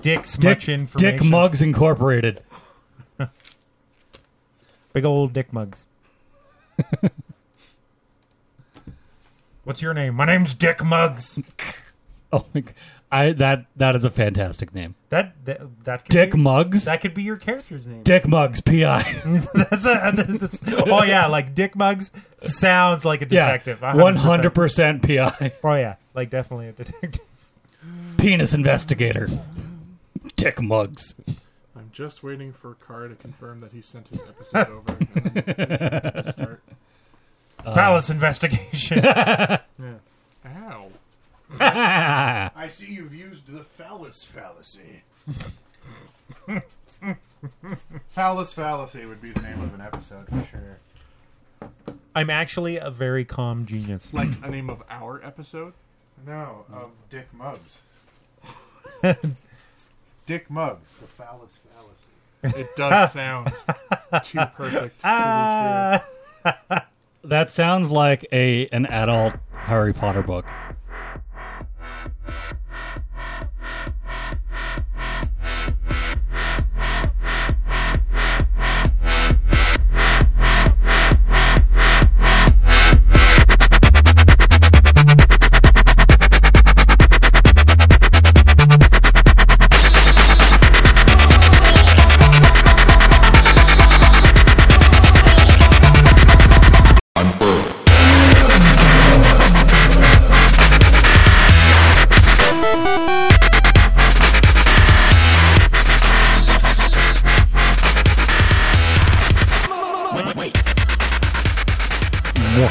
Dick's Dick, much information. Dick Mugs Incorporated. Big old dick mugs. What's your name? My name's Dick Mugs. Oh, my g- I that that is a fantastic name. That that, that could Dick be, Mugs. That could be your character's name. Dick Mugs. Pi. that's a, that's- oh yeah, like Dick Mugs sounds like a yeah. detective. One hundred percent Pi. Oh yeah, like definitely a detective. Penis investigator. Dick Mugs. I'm just waiting for Carr to confirm that he sent his episode over. And then it's gonna start. Uh, Palace investigation. Ow. I see you've used the phallus fallacy. phallus fallacy would be the name of an episode for sure. I'm actually a very calm genius. Like a name of our episode? No, of Dick Muggs. Dick Muggs, the phallus fallacy. It does sound too perfect to be true. That sounds like a an adult Harry Potter book.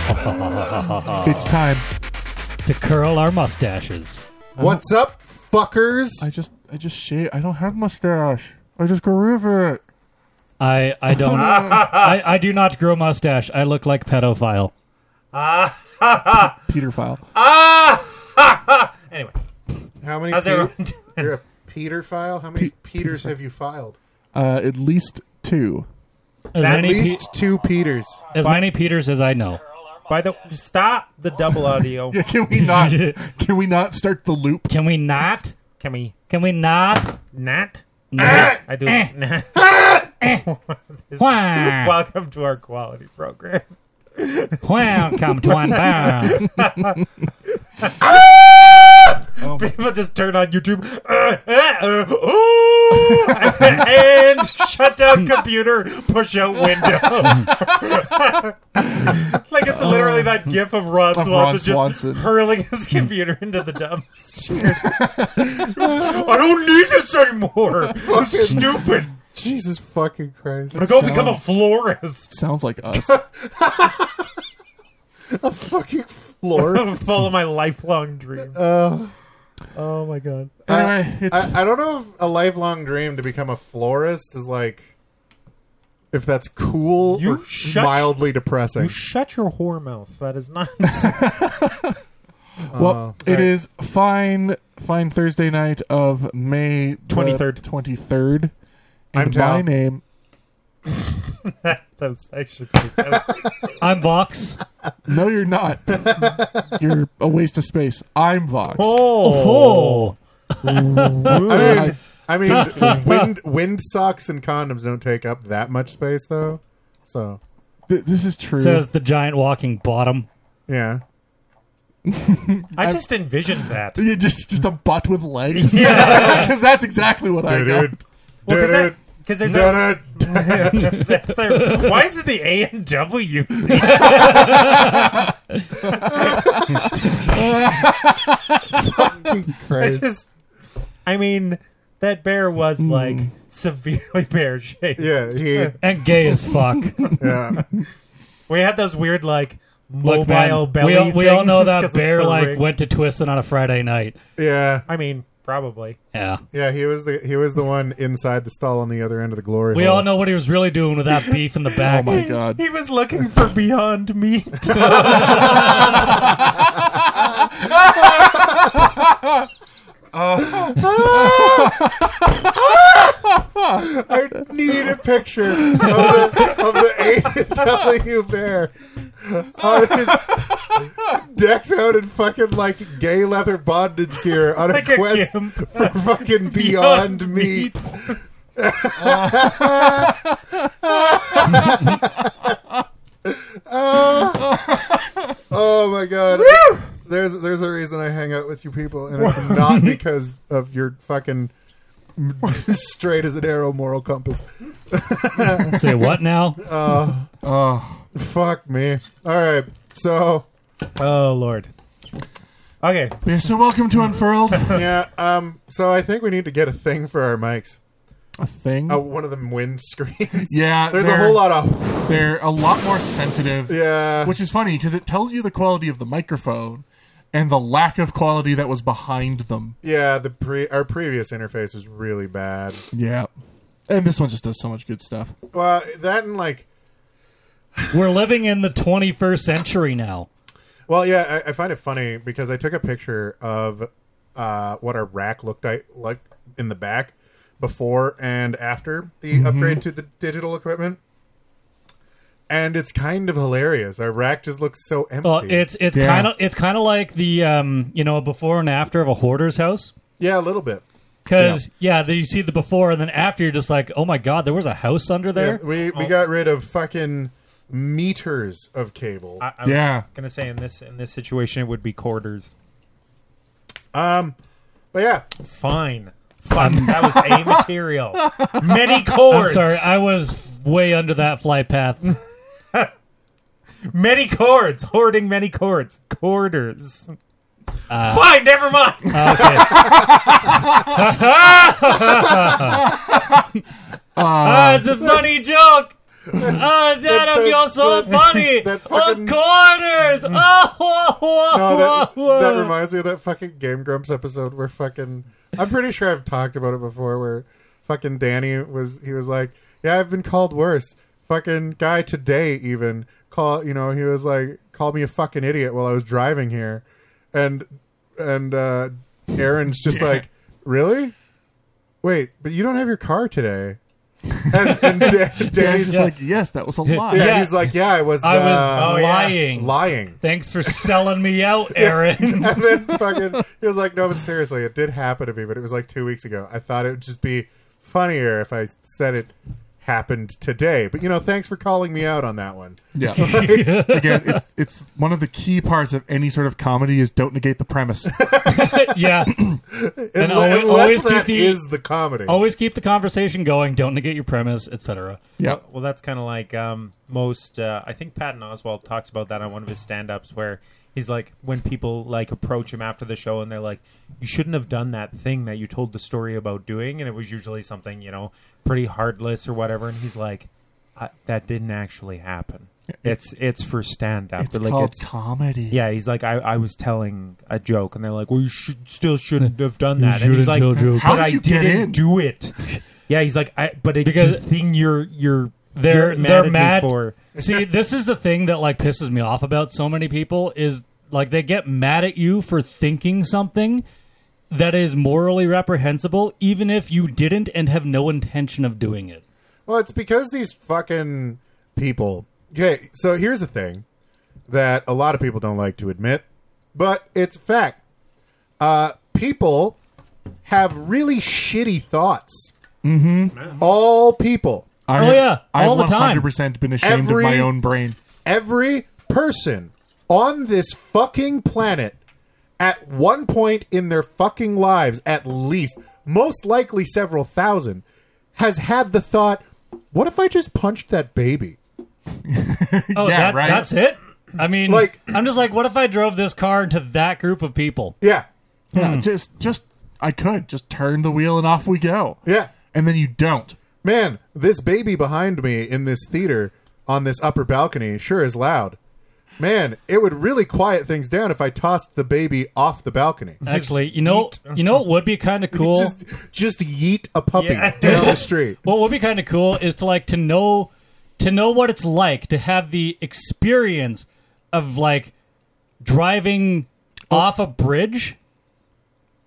It's time. To curl our mustaches. What's up, fuckers? I just, I just shave. I don't have mustache. I just grew rid of it. I I don't I, I do not grow mustache. I look like pedophile. Peter file. Anyway, How many? how's Peter- everyone doing? You're a Peter file. How many Peters have you filed? Uh, at least two. As At many, least Pe- two Peters. as many Peters as I know. By the stop the double audio. Can we not? Can we not start the loop? Can we not? Can we Can we not? not? No. I do. Eh. Nah. Wah. Welcome to our quality program. Welcome to Unbound. People just turn on YouTube uh, uh, uh, ooh, and shut down computer, push out window. like it's literally that gif of Ron Swanson just Swanson. hurling his computer into the dumpster. I don't need this anymore. It's stupid. Jesus fucking Christ! I'm gonna go become a Sounds- florist. Sounds like us. A fucking floor. Follow my lifelong dream. Uh, oh my god. Anyway, it's I, I don't know if a lifelong dream to become a florist is like if that's cool You or shut- mildly depressing. Shut your whore mouth. That is not. well, it is fine. Fine Thursday night of May 23rd. Twenty third. I'm And my Tal. name. that was actually pretty good. I'm Vox. No, you're not. you're a waste of space. I'm Vox. Oh, Oh. I mean, I mean wind wind socks and condoms don't take up that much space though. So Th- this is true. Says the giant walking bottom. yeah. I just envisioned that. Yeah, just just a butt with legs. Yeah, because that's exactly what I got. Did because it. there's a, Did it. that's there- why is it the A and W? It's Christ. Hmm. just, I mean, that bear was like severely pear shaped. Yeah, he, And gay as fuck. Look, yeah. We had those weird like mobile man, belly. we all, we all things know just that 'cause it's bear the like ring. went to Twisted on a Friday night. Yeah. I mean, probably. Yeah. Yeah, he was the he was the one inside the stall on the other end of the glory We hole. all know what he was really doing with that beef in the Oh back. my god. He was looking for Beyond Meat. I need a picture of the of the A W bear on his decked out in fucking like gay leather bondage gear on a Like a quest gimp. for fucking Beyond, Meat. Oh my god. There's there's a reason I hang out with you people, and it's not because of your fucking straight as an arrow moral compass. Say what now? Oh, Fuck me. All right, so Oh Lord. Okay. yeah, so welcome to Unfurled. yeah, um, so I think we need to get a thing for our mics. a thing. Uh, one of them wind screens. yeah, There's a they're- whole lot of They're a lot more sensitive. yeah. which is funny because it tells you the quality of the microphone and the lack of quality that was behind them. Yeah, the pre our previous interface was really bad. Yeah. And this one just does so much good stuff. Well, that and like, We're living in the 21st century now. well, yeah, I, I find it funny because I took a picture of uh, what our rack looked like, like in the back before and after the Mm-hmm. upgrade to the digital equipment, and it's kind of hilarious. Our rack just looks so empty. Well, it's it's Yeah. kind of it's kind of like the um you know before and after of a hoarder's house yeah, a little bit. because yeah, then you see the before and then after you're just like oh my god there was a house under Yeah, there. we we got rid of fucking meters of cable. I, I Yeah. was gonna say in this in this situation it would be quarters. Um, but yeah, Fine. Fuck, that was a material. Many chords. Um, I'm sorry, I was way under that flight path. many chords. Hoarding many chords. Quarters. Uh, Fine, never mind. okay. Ah, it's a funny joke. Oh, Dad, Uh, that- you're so that- funny. that fucking- oh, corners. Oh, whoa, whoa, No, that, whoa, that whoa. reminds me of that fucking Game Grumps episode where fucking I'm pretty sure I've talked about it before where fucking Danny was he was like, Yeah, I've been called worse. Fucking guy today even call you know, he was like called me a fucking idiot while I was driving here and and uh Aaron's just like, Really? Wait, but you don't have your car today. And, and Da- Danny's Danny's just like, like, yes, that was a lie. yeah, Yeah. he's like, yeah, I was, I was uh, oh, yeah. lying. lying. Thanks for selling me out, Aaron. and then fucking he was like, "No, but seriously, it did happen to me, but it was like two weeks ago. I thought it would just be funnier if I said it happened today. But you know, thanks for calling me out on that one. Yeah. Again, it's, it's one of the key parts of any sort of comedy is don't negate the premise. yeah. Unle- alwa- always unless keep that is the- the comedy. Always keep the conversation going. Don't negate your premise, etc. Yeah. Well, that's kind of like um, most. Uh, I think Patton Oswald talks about that on one of his stand-ups where he's like, when people like approach him after the show and they're like, "You shouldn't have done that thing that you told the story about doing," and it was usually something you know pretty heartless or whatever, and he's like, I, "That didn't actually happen. It's it's for stand-up. It's But, like, called it's- comedy. yeah, he's like, I, I was telling a joke, and they're like, well, you should, still shouldn't have done that. And he's like, shouldn't tell jokes. How but did I you get in? didn't do it. Yeah, he's like, I, but it, Because- the thing you're you're They're you're mad they're at me mad. for. See, this is the thing that like pisses me off about so many people is like they get mad at you for thinking something that is morally reprehensible, even if you didn't and have no intention of doing it. Well, it's because these fucking people. Okay, so here's the thing that a lot of people don't like to admit, but it's a fact. Uh, people have really shitty thoughts. Mm-hmm. All people. I Oh, have- yeah. I've All the time. 100% been ashamed Every- of my own brain. every person on this fucking planet at one point in their fucking lives, at least, most likely several thousand, has had the thought, what if I just punched that baby? Oh, Yeah, that, right. that's it. I mean, Like- I'm just like, what if I drove this car into that group of people? Yeah. Yeah. Just, just, I could just turn the wheel and off we go. Yeah. And then you don't. Man, this baby behind me in this theater on this upper balcony sure is loud. Man, it would really quiet things down if I tossed the baby off the balcony. Actually, you know, you know, what would be kind of cool. Just, just yeet a puppy Yeah. down the street. what would be kind of cool is to like to know to know what it's like to have the experience of like driving Oh. off a bridge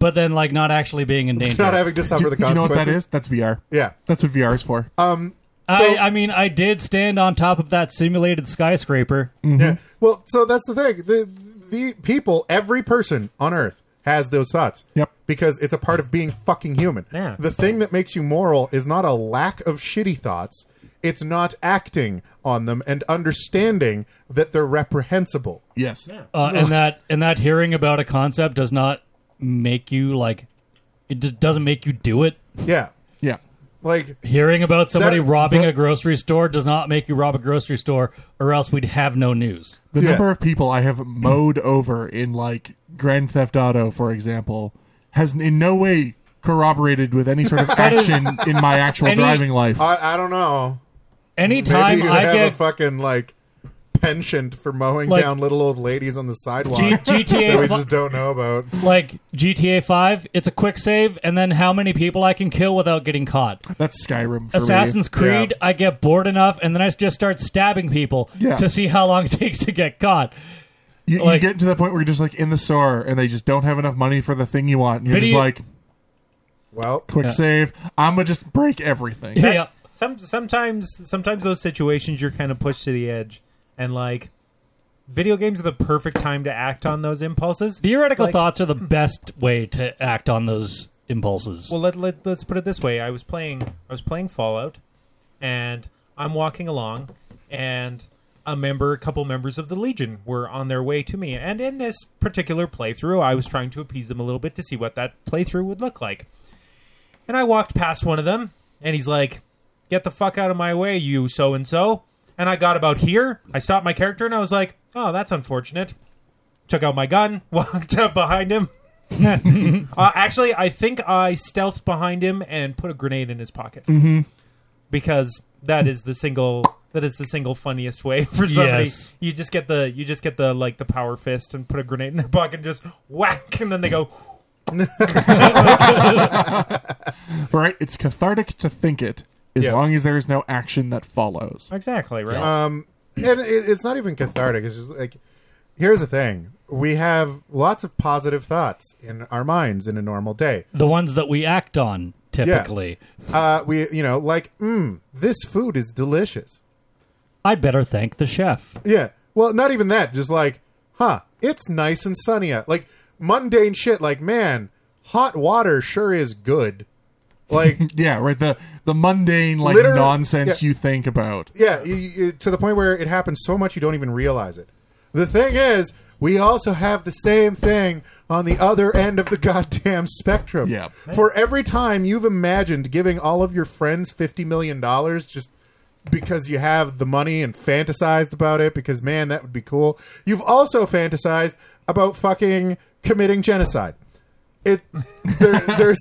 but then like not actually being in danger Not having to suffer Do, the do you know what consequences. that is? That's VR. Yeah. That's what VR is for. I, so- I mean i did stand on top of that simulated skyscraper Yeah. Well, so that's the thing. The, the people, every person on Earth has those thoughts. Yep. Because it's a part of being fucking human. Yeah. The thing that makes you moral is not a lack of shitty thoughts. It's not acting on them and understanding that they're reprehensible. Yes. uh, Mm. and that and that hearing about a concept does not make you like it just doesn't make you do it Yeah. Yeah. Like hearing about somebody That- robbing that- a grocery store does not make you rob a grocery store or else we'd have no news The Yes. number of people I have mowed over in like Grand Theft Auto, for example, has in no way corroborated with any sort of action in my actual Any- driving life. I, I don't know. anytime Maybe you i have a get fucking like penchant for mowing Like- down little old ladies on the sidewalk G- that we gta fi- just don't know about. like gta 5 it's a quick save and then how many people i can kill without getting caught That's Skyrim for me. Assassin's Creed, I get bored enough, and then I just start stabbing people Yeah. to see how long it takes to get caught. You, Like- you get to the point where you're just like in the store and they just don't have enough money for the thing you want. And you're Video- just like, Well, quick save. I'm going to just break everything. Yeah. That's- Some sometimes sometimes those situations you're kind of pushed to the edge, and like, video games are the perfect time to act on those impulses. Theoretical Like- thoughts are the best way to act on those impulses. Well, let, let let's put it this way. I was playing I was playing Fallout, and I'm walking along, and a member, a couple members of the Legion were on their way to me. And in this particular playthrough, I was trying to appease them a little bit to see what that playthrough would look like. And I walked past one of them, and he's like, "Get the fuck out of my way, you so and so." And I got about here. I stopped my character, and I was like, "Oh, that's unfortunate." Took out my gun, walked up behind him, uh, actually, I think I stealthed behind him and put a grenade in his pocket because that is the single that is the single funniest way for somebody. Yes. You just get the you just get the like the power fist and put a grenade in their pocket and just whack, and then they go. Right? It's cathartic to think it as Yeah. long as there is no action that follows. Exactly right. um, and it, it's not even cathartic. It's just like, here's the thing: we have lots of positive thoughts in our minds in a normal day. the ones that we act on typically. Uh, we, you know, like, mm, this food is delicious. I'd better thank the chef. Yeah. Well, not even that. Just like, huh? It's nice and sunny out. Like mundane shit. Like, man, hot water sure is good. Like, Yeah, right. The the mundane like Literally- nonsense yeah. you think about. Yeah, you, you, to the point where it happens so much you don't even realize it. The thing is, we also have the same thing on the other end of the goddamn spectrum. Yeah. For every time you've imagined giving all of your friends $50 million just because you have the money and fantasized about it, because man, that would be cool, you've also fantasized about fucking committing genocide. It, there, there's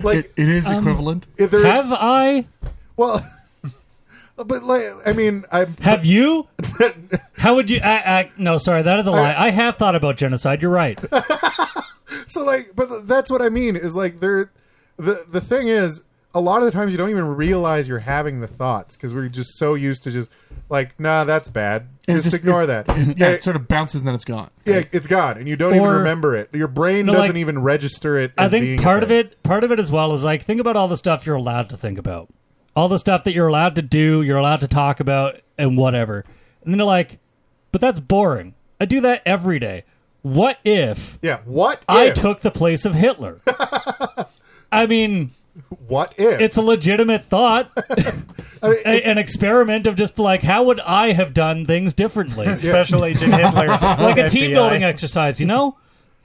like, It, it Um, is equivalent. if there, Have I? well, but like, I mean, I'm Have you? How would you? I, I, no, sorry, that is a lie. I have thought about genocide. You're right. so like but that's what i mean is like there the the thing is a lot of the times you don't even realize you're having the thoughts because we're just so used to just like nah that's bad And just, just- ignore that Yeah, And it sort of bounces and then it's gone. yeah, it's gone and you don't even Or- remember it your brain No, doesn't like, even register it I as being think a part of thing. it, part of it as well is like think about all the stuff you're allowed to think about, all the stuff that you're allowed to do, you're allowed to talk about, and whatever. And then you're like, but that's boring. I do that every day. What if yeah what I if? took the place of Hitler? I mean, what if it's a legitimate thought, A- an experiment of just like how would I have done things differently, Special Agent Hitler, like a team building exercise. You know,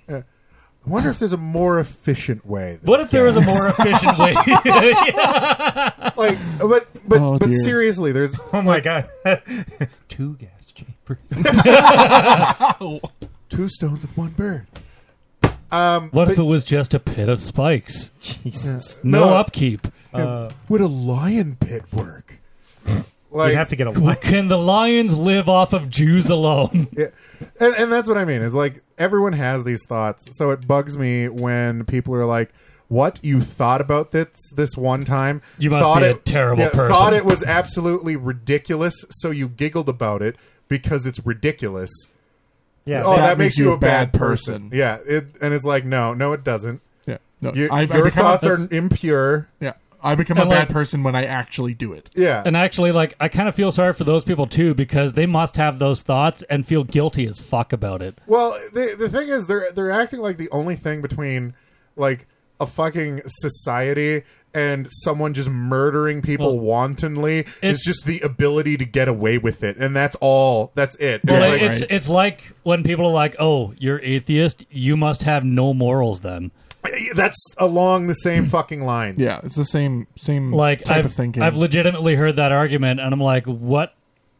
i wonder if there's a more efficient way than- what if there was a more efficient way? like but but Oh, but dear. seriously there's Oh my god, two gas chambers. two stones with one bird What if it was just a pit of spikes? Jesus, No, No. upkeep. would a lion pit work like you have to get a Uh-huh. line. Can the lions live off of Jews alone? Yeah. And, and that's what I mean is like everyone has these thoughts. So it bugs me when people are like, what you thought about this this one time? You must thought be a terrible person." Thought it was absolutely ridiculous, so you giggled about it because it's ridiculous. Yeah, oh, they- that, makes you a bad person. Yeah, it, and it's like no, no, it doesn't. Yeah. No, You, I- I your become- thoughts are that's- impure. Yeah. I become And, a like- bad person when I actually do it. Yeah. And actually, like, I kind of feel sorry for those people too because they must have those thoughts and feel guilty as fuck about it. Well, the the thing is, they're they're acting like the only thing between like a fucking society and someone just murdering people wantonly is it's- just the ability to get away with it, and that's all. That's it. It's Well, like- it's it's like when people are like, "Oh, you're atheist. You must have no morals." Then, that's along the same fucking lines. Yeah, it's the same same like, type I've, of thinking. I've legitimately heard that argument, and I'm like, "What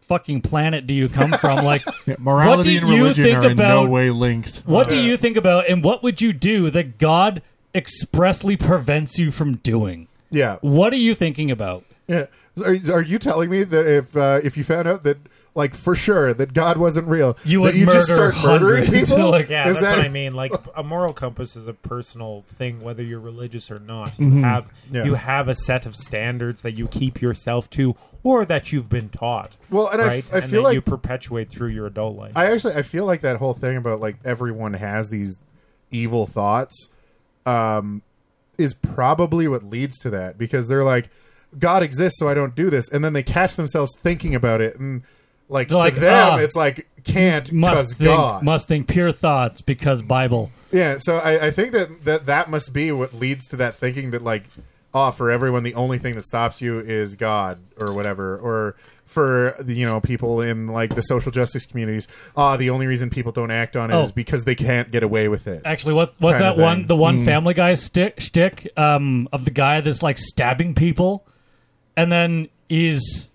fucking planet do you come from?" Like, Yeah, morality what and do you religion think are in no about- way linked. what do you think about, and what would you do that God expressly prevents you from doing? yeah, What are you thinking about? yeah. So Are, are you telling me that if uh, if you found out that like for sure that God wasn't real, You that would you just murder start murdering hundreds. people? Like, Yeah, Is that's that- what I mean. Like a moral compass is a personal thing, whether you're religious or not. You have Mm-hmm. Yeah. you have a set of standards that you keep yourself to, or that you've been taught. Well, and I f- right? I and feel that like- you perpetuate through your adult life. I actually I feel like that whole thing about like everyone has these evil thoughts um is probably what leads to that because they're like God exists so I don't do this and then they catch themselves thinking about it and like They're to like, them ah, it's like can't because Must think, God must think pure thoughts because Bible. yeah so I, I think that, that that must be what leads to that thinking that like oh for everyone the only thing that stops you is God or whatever or for the, you know people in like the social justice communities ah the only reason people don't act on it is Oh. because they can't get away with it Actually, what was Kind of that one? thing. Hmm. The one Family Guy stick shtick um, of the guy that's like stabbing people, and then he's,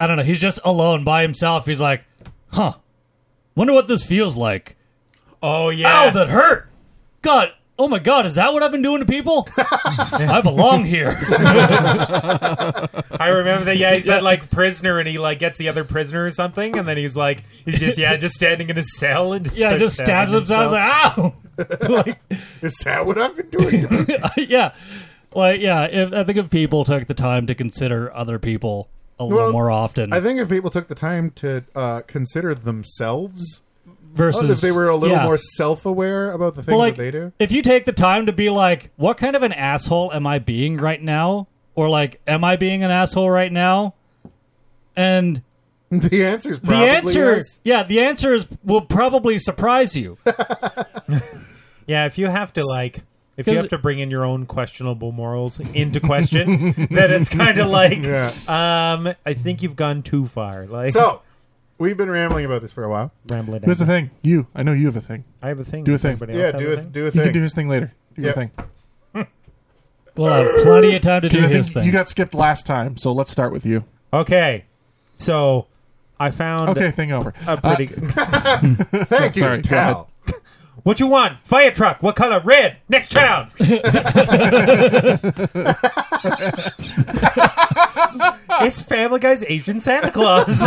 I don't know, he's just alone by himself. He's like, huh, wonder what this feels like. oh Ow, that hurt. God, oh my God, is that what I've been doing to people? I belong here. I remember that. Yeah, he's that like prisoner, and he like gets the other prisoner or something, and then he's like, he's just yeah, just standing in his cell and just yeah, starts just stabs stabbing himself. himself. Like, ow. like, is that what I've been doing yeah, like yeah. If, I think if people took the time to consider other people a Well, little more often, I think if people took the time to uh, consider themselves oh, versus if they were a little yeah. more self aware about the things Well, like, that they do if you take the time to be like, what kind of an asshole am I being right now? Or like, am I being an asshole right now? And the answer is the probably answer, yes. yeah, the answer is will probably surprise you. Yeah, if you have to like if you 'Cause- have to bring in your own questionable morals into question, then it's kind of like Yeah. um I think you've gone too far. Like so we've been rambling about this for a while rambling. Here's the thing. You, I know you have a thing. I have a thing. Do a Does thing. everybody yeah else have do a a, thing? do a You thing can do his thing later. Do your Yep. thing. We'll have plenty of time to do Because I his think thing. you got skipped last time, so let's start with you. Okay. So I found Okay, thing over. Uh, a pretty thank you Sorry, go ahead. Tal. What you want? Fire truck. What color? Red. Next town. it's Family Guy's Asian Santa Claus.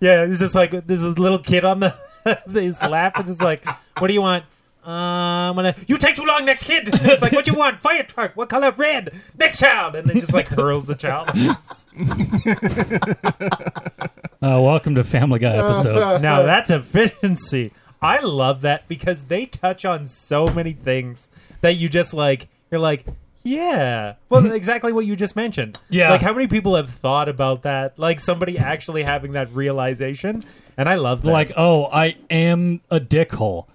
yeah, it's just like there's this little kid on the his lap, and it's like, what do you want? Uh, I'm gonna. You take too long, next kid. It's like, what you want? Fire truck. What color? Red. Next child. And then just like hurls the child. Uh, welcome to Family Guy Uh, episode. Now that's efficiency. I love that because they touch on so many things that you just like. You're like, yeah. Well, exactly what you just mentioned. Yeah. Like how many people have thought about that? Like somebody actually having that realization. And I love that. like, oh, I am a dickhole.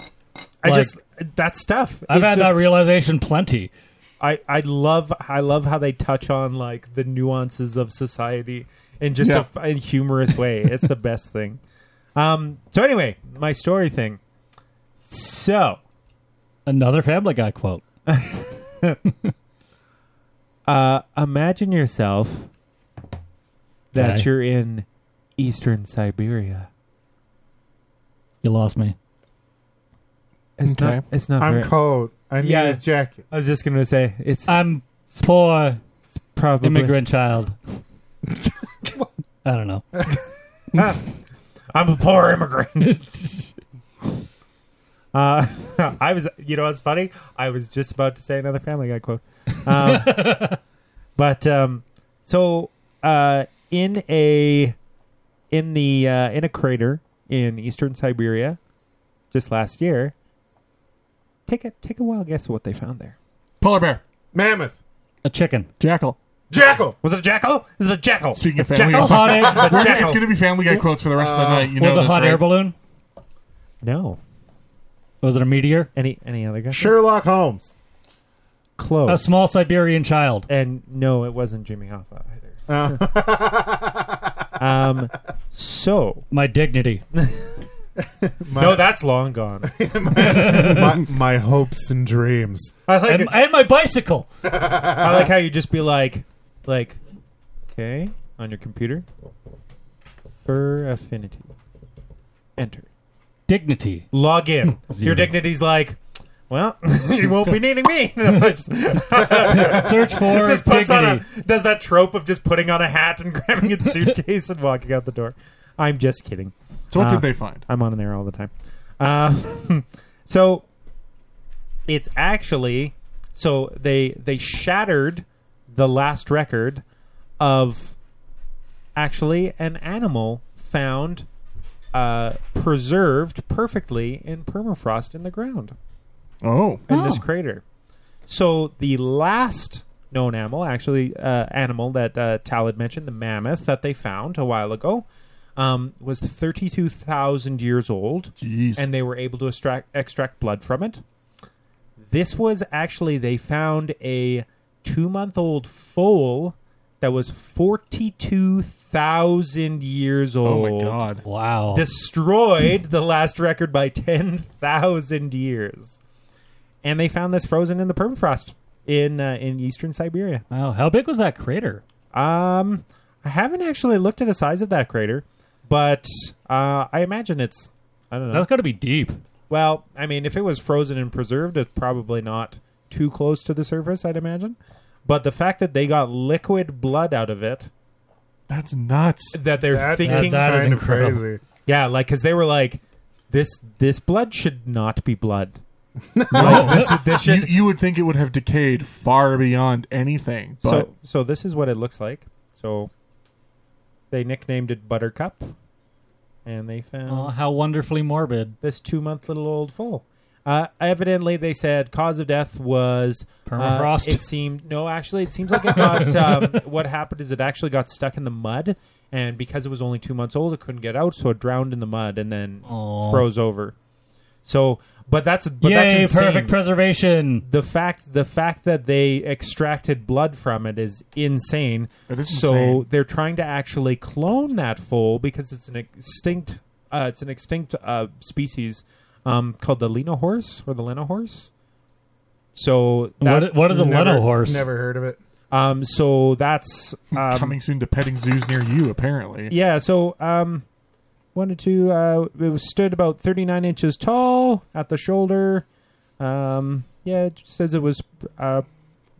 I like- just that stuff. I've is had just- that realization plenty. I I love I love how they touch on like the nuances of society in just Yeah. a, f- a humorous way. it's the best thing. Um. So anyway, my story thing. So. Another Family Guy quote. Uh, imagine yourself that Okay. you're in eastern Siberia. You lost me. It's Okay. not. It's not. I'm very- cold. I need Yeah. a jacket. I was just gonna say it's I'm poor. probably immigrant child. I don't know. I'm a poor immigrant. uh, I was. You know what's funny? I was just about to say another Family Guy quote. Um, but um, so uh, in a in the uh, in a crater in eastern Siberia, just last year. Take a take a wild guess at what they found there. Polar bear. Mammoth. a chicken. Jackal. Jackal. Was it a jackal? Is it a jackal? Speaking of jackal, Family Guy. hot egg, We're a gonna- jackal. it's going to be Family Guy quotes for the rest of the night. You Oh. Uh, was know it a this, hot right? air balloon? No. Was it a meteor? Any any other guy? Sherlock Holmes. Close. A small Siberian child. and no, it wasn't Jimmy Hoffa either. um, so My dignity. My, no, that's long gone. my, my hopes and dreams. I like and, it. and my bicycle. I like how you just be like, like, okay, on your computer, fur affinity, enter, Dignity. log in. your Zero. dignity's like, well, you won't be needing me. just Search for just puts dignity. on a, does that trope of just putting on a hat and grabbing its suitcase and walking out the door. I'm just kidding. So what Uh, did they find? I'm on there all the time. Uh, so it's actually so they they shattered the last record of actually an animal found uh, preserved perfectly in permafrost in the ground Oh, in this Oh. crater. So the last known animal, actually uh, animal that uh, Tal had mentioned, the mammoth that they found a while ago, um, was 32,000 years old, jeez. and they were able to extract, extract blood from it. This was actually they found a two-month-old foal that was 42,000 years oh old. my god. Wow. Destroyed the last record by 10,000 years. And they found this frozen in the permafrost in uh, in eastern Siberia. wow. How big was that crater? Um I haven't actually looked at the size of that crater, but uh, I imagine it's I don't know. That's got to be deep. Well, I mean, if it was frozen and preserved, it's probably not too close to the surface, I'd imagine. But the fact that they got liquid blood out of it, That's nuts. that they're That's thinking, that is kind of incredible. crazy. yeah, like because they were like, this this blood should not be blood. No. Like, this, this You, should. you would think it would have decayed far beyond anything, but so so this is what it looks like. So they nicknamed it Buttercup, and they found Oh, how wonderfully morbid. this two month little old foal. Uh, evidently, they said cause of death was uh, Permafrost. it seemed no, actually, it seems like it got. Um, what happened is it actually got stuck in the mud, and because it was only two months old, it couldn't get out, so it drowned in the mud and then Aw. froze over. So, but that's but that's Yay, insane. perfect preservation. the fact the fact that they extracted blood from it is insane. That is so insane. they're trying to actually clone that foal because it's an extinct uh, it's an extinct uh, species um, called the lino horse or the lino horse. So that, what, what is a Never- leno horse? Never heard of it. um so that's um, coming soon to petting zoos near you, apparently. Yeah, so um one or two uh it was stood about 39 inches tall at the shoulder. Um yeah, it says it was uh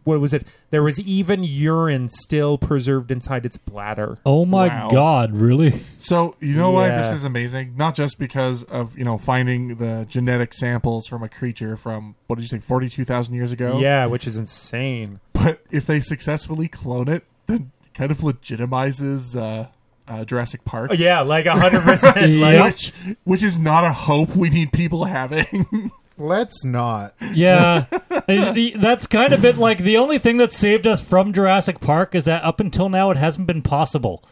what was it? There was even urine still preserved inside its bladder. Oh my Wow. god, really? So you know why this Yeah. is amazing? Not just because of you know finding the genetic samples from a creature from what did you say forty two thousand years ago? Yeah, which is insane. But if they successfully clone it, then it kind of legitimizes uh, uh, Jurassic Park, Yeah, like 100% Yep. which which is not a hope we need people having. Let's not. Yeah. That's kind of been like the only thing that saved us from Jurassic Park is that up until now it hasn't been possible.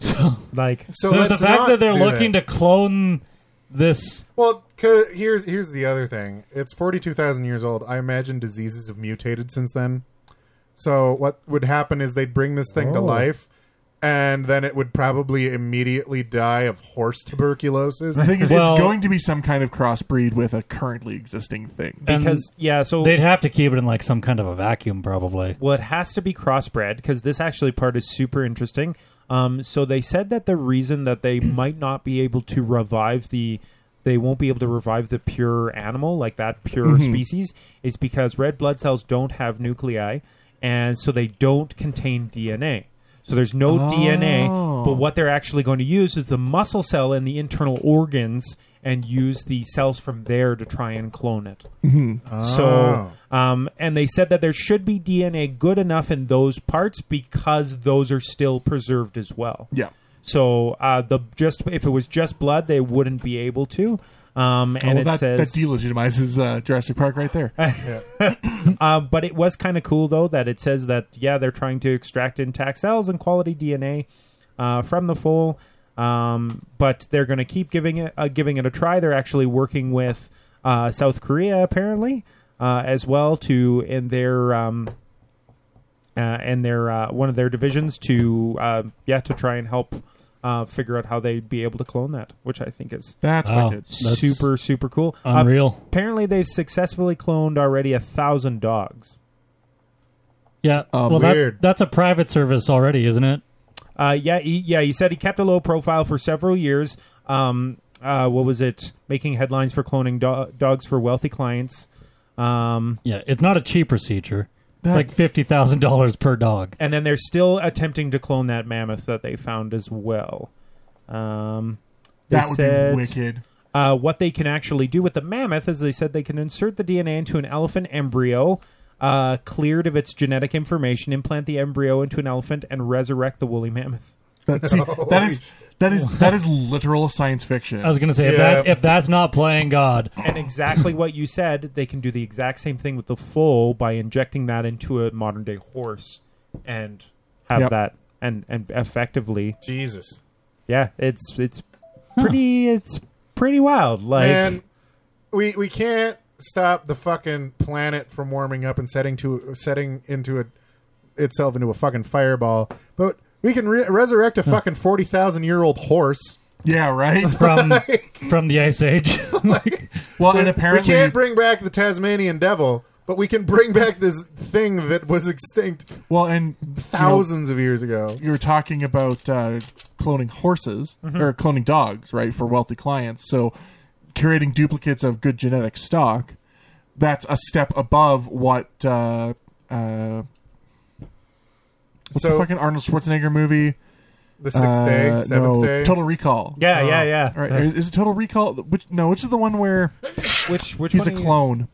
So like So the, let's the fact not that they're do looking that. to clone this Well, 'cause here's here's the other thing. It's forty two thousand years old. I imagine diseases have mutated since then. So what would happen is they'd bring this thing to Oh. life, and then it would probably immediately die of horse tuberculosis. the thing is, Well- it's going to be some kind of crossbreed with a currently existing thing. and because yeah, so they'd have to keep it in like some kind of a vacuum probably. Well, it has to be crossbred because this actually part is super interesting. Um, so they said that the reason that they might not be able to revive the they won't be able to revive the pure animal like that pure species is because red blood cells don't have nuclei and so they don't contain DNA. So there's no DNA, but what they're actually going to use is the muscle cell and the internal organs and use the cells from there to try and clone it. So, Oh. um, and they said that there should be DNA good enough in those parts because those are still preserved as well. Yeah. So, uh, the just if it was just blood, they wouldn't be able to. Um, and well, it Oh, that, says that delegitimizes uh, Jurassic Park right there. Uh, but it was kind of cool though that it says that yeah they're trying to extract intact cells and quality DNA uh, from the foal, um, but they're going to keep giving it uh, giving it a try. They're actually working with uh, South Korea apparently uh, as well to in their um, uh, and their uh, one of their divisions to uh, yeah to try and help uh, figure out how they'd be able to clone that, which I think is That's Wow. wicked. That's super super cool. Uh, Unreal. apparently, they've successfully cloned already a thousand dogs. yeah. um, well, that, Oh, weird. that's a private service already, isn't it? Uh, yeah, he, yeah. He said he kept a low profile for several years. Um, uh, what was it? Making headlines for cloning do- dogs for wealthy clients. Um, Yeah. It's not a cheap procedure. It's like fifty thousand dollars per dog. and then they're still attempting to clone that mammoth that they found as well. Um, they That would said, be wicked. Uh, what they can actually do with the mammoth is they said they can insert the DNA into an elephant embryo, uh, cleared of its genetic information, implant the embryo into an elephant, and resurrect the woolly mammoth. That, see, that is that is that is literal science fiction. I was gonna say if Yeah. that if that's not playing God, and exactly what you said, they can do the exact same thing with the foal by injecting that into a modern day horse and have Yep. that and and effectively, Jesus. yeah, it's it's pretty it's pretty wild. Like Man, we we can't stop the fucking planet from warming up and setting to setting into a itself into a fucking fireball, but we can re- resurrect a fucking forty thousand year old horse. yeah, right. from from the Ice Age. Well, and we apparently, can't bring back the Tasmanian devil, but we can bring back this thing that was extinct well, and thousands. thousands of years ago. you were talking about uh, cloning horses Mm-hmm. or cloning dogs, right, for wealthy clients. So creating duplicates of good genetic stock. That's a step above what. Uh, uh, what's the So- fucking Arnold Schwarzenegger movie? The sixth Uh, day, seventh no, day. Total Recall. yeah, yeah, yeah. All right, is, is it Total Recall? Which no, which is the one where Which which he's one a are you- clone?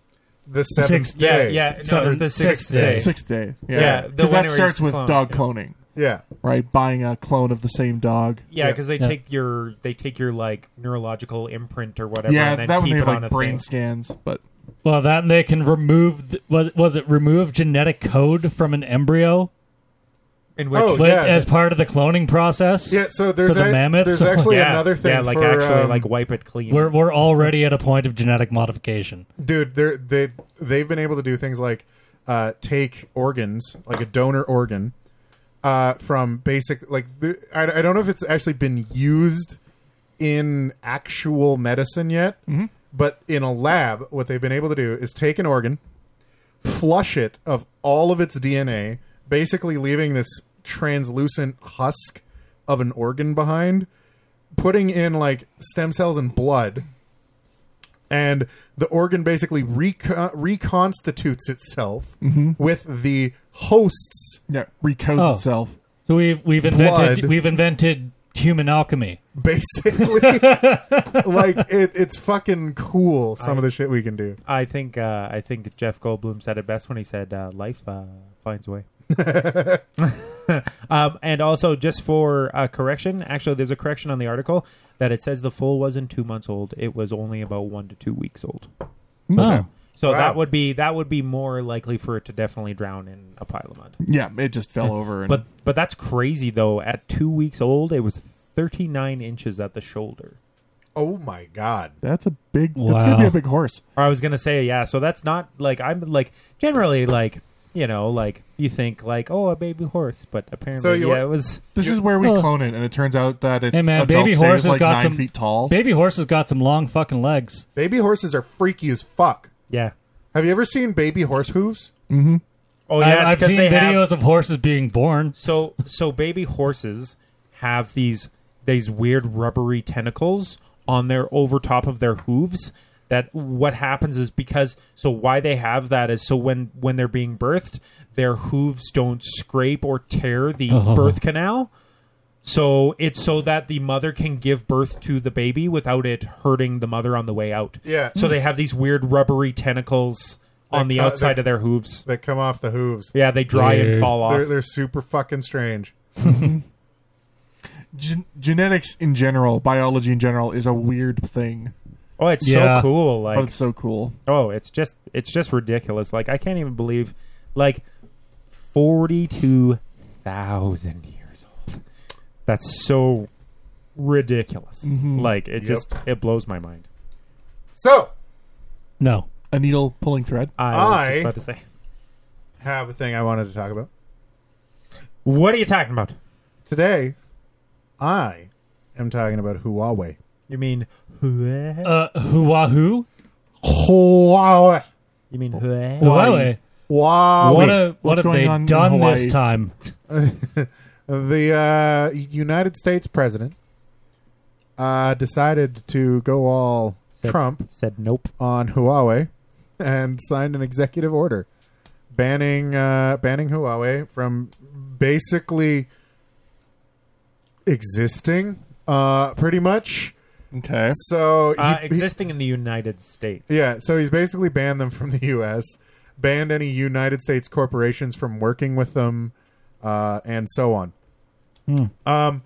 the seventh Sixth Yeah, day. yeah. No, So- it's the sixth, sixth day. day. Sixth Day. Yeah, Yeah, the because one that where starts he's with cloned, dog yeah. cloning, Yeah. right? Buying a clone of the same dog. Yeah, Yeah. because they Yeah. take your they take your like neurological imprint or whatever. Yeah, and then that one keep they it have on a like brain thing. scans, but well, that and they can remove th- was was it remove genetic code from an embryo In which Oh, But yeah. as part of the cloning process? Yeah, so there's For the a- mammoths? there's actually yeah, another thing yeah, like for, actually um, like wipe it clean. We're we're already at a point of genetic modification. dude they're they they've been able to do things like uh take organs like a donor organ uh from basic like the, I, I don't know if it's actually been used in actual medicine yet but in a lab what they've been able to do is take an organ flush it of all of its dna basically leaving this translucent husk of an organ behind putting in like stem cells and blood and the organ basically reco- reconstitutes itself with the hosts. yeah, recodes Oh. itself. So we've we've invented Blood. we've invented human alchemy. Basically, like it, it's fucking cool. Some of the shit we can do. I think uh, I think Jeff Goldblum said it best when he said uh, life uh, finds a way. um, and also, just for uh, correction, actually, there's a correction on the article that it says the foal wasn't two months old; it was only about one to two weeks old. Oh. So Wow. that would be that would be more likely for it to definitely drown in a pile of mud. Yeah, it just fell over. And, But but that's crazy though. At two weeks old, it was 39 inches at the shoulder. Oh my god! that's a big. That's gonna be Wow. a big horse. Or I was gonna say, yeah. So that's not like I'm like generally like you know like you think like oh a baby horse, but apparently So you yeah wa- it was This is where we Oh. clone it, and it turns out that it's Hey, man, adult baby stage, horse has like got nine some- feet tall. Baby horse has got some long fucking legs. Baby horses are freaky as fuck. yeah. Have you ever seen baby horse hooves? Oh I- yeah, I've it's 'cause seen they have- videos of horses being born. So so baby horses have these these weird rubbery tentacles on their over top of their hooves that what happens is because so why they have that is so when when they're being birthed their hooves don't scrape or tear the Oh. birth canal so it's so that the mother can give birth to the baby without it hurting the mother on the way out Yeah. uh, so they have these weird rubbery tentacles on They the cut- outside they- of their hooves That come off the hooves. yeah they dry and Weird. fall off They're, they're super fucking strange. Gen- genetics in general, biology in general, is a weird thing. Oh, it's Yeah. so cool. Like oh, it's so cool. Oh, it's just it's just ridiculous. Like I can't even believe like 42,000 years old. That's so ridiculous. Like it Mm-hmm. Yep. just it blows my mind. So No. A needle pulling thread. I, was I- just about to say. have a thing I wanted to talk about What are you talking about? today. I am talking about Huawei. You mean Uh, Huawei. Huawei. You mean Huawei? Huawei. Wow. What a, what What's have going they on in done Hawaii? this time? the uh, United States president uh, decided to go all Said- Trump said nope. on Huawei and signed an executive order banning uh, banning Huawei from basically existing, uh, pretty much. Okay. So he- Uh, he- existing in the United States. yeah, so he's basically banned them from the U.S., banned any United States corporations from working with them, uh, and so on. Hmm. Um,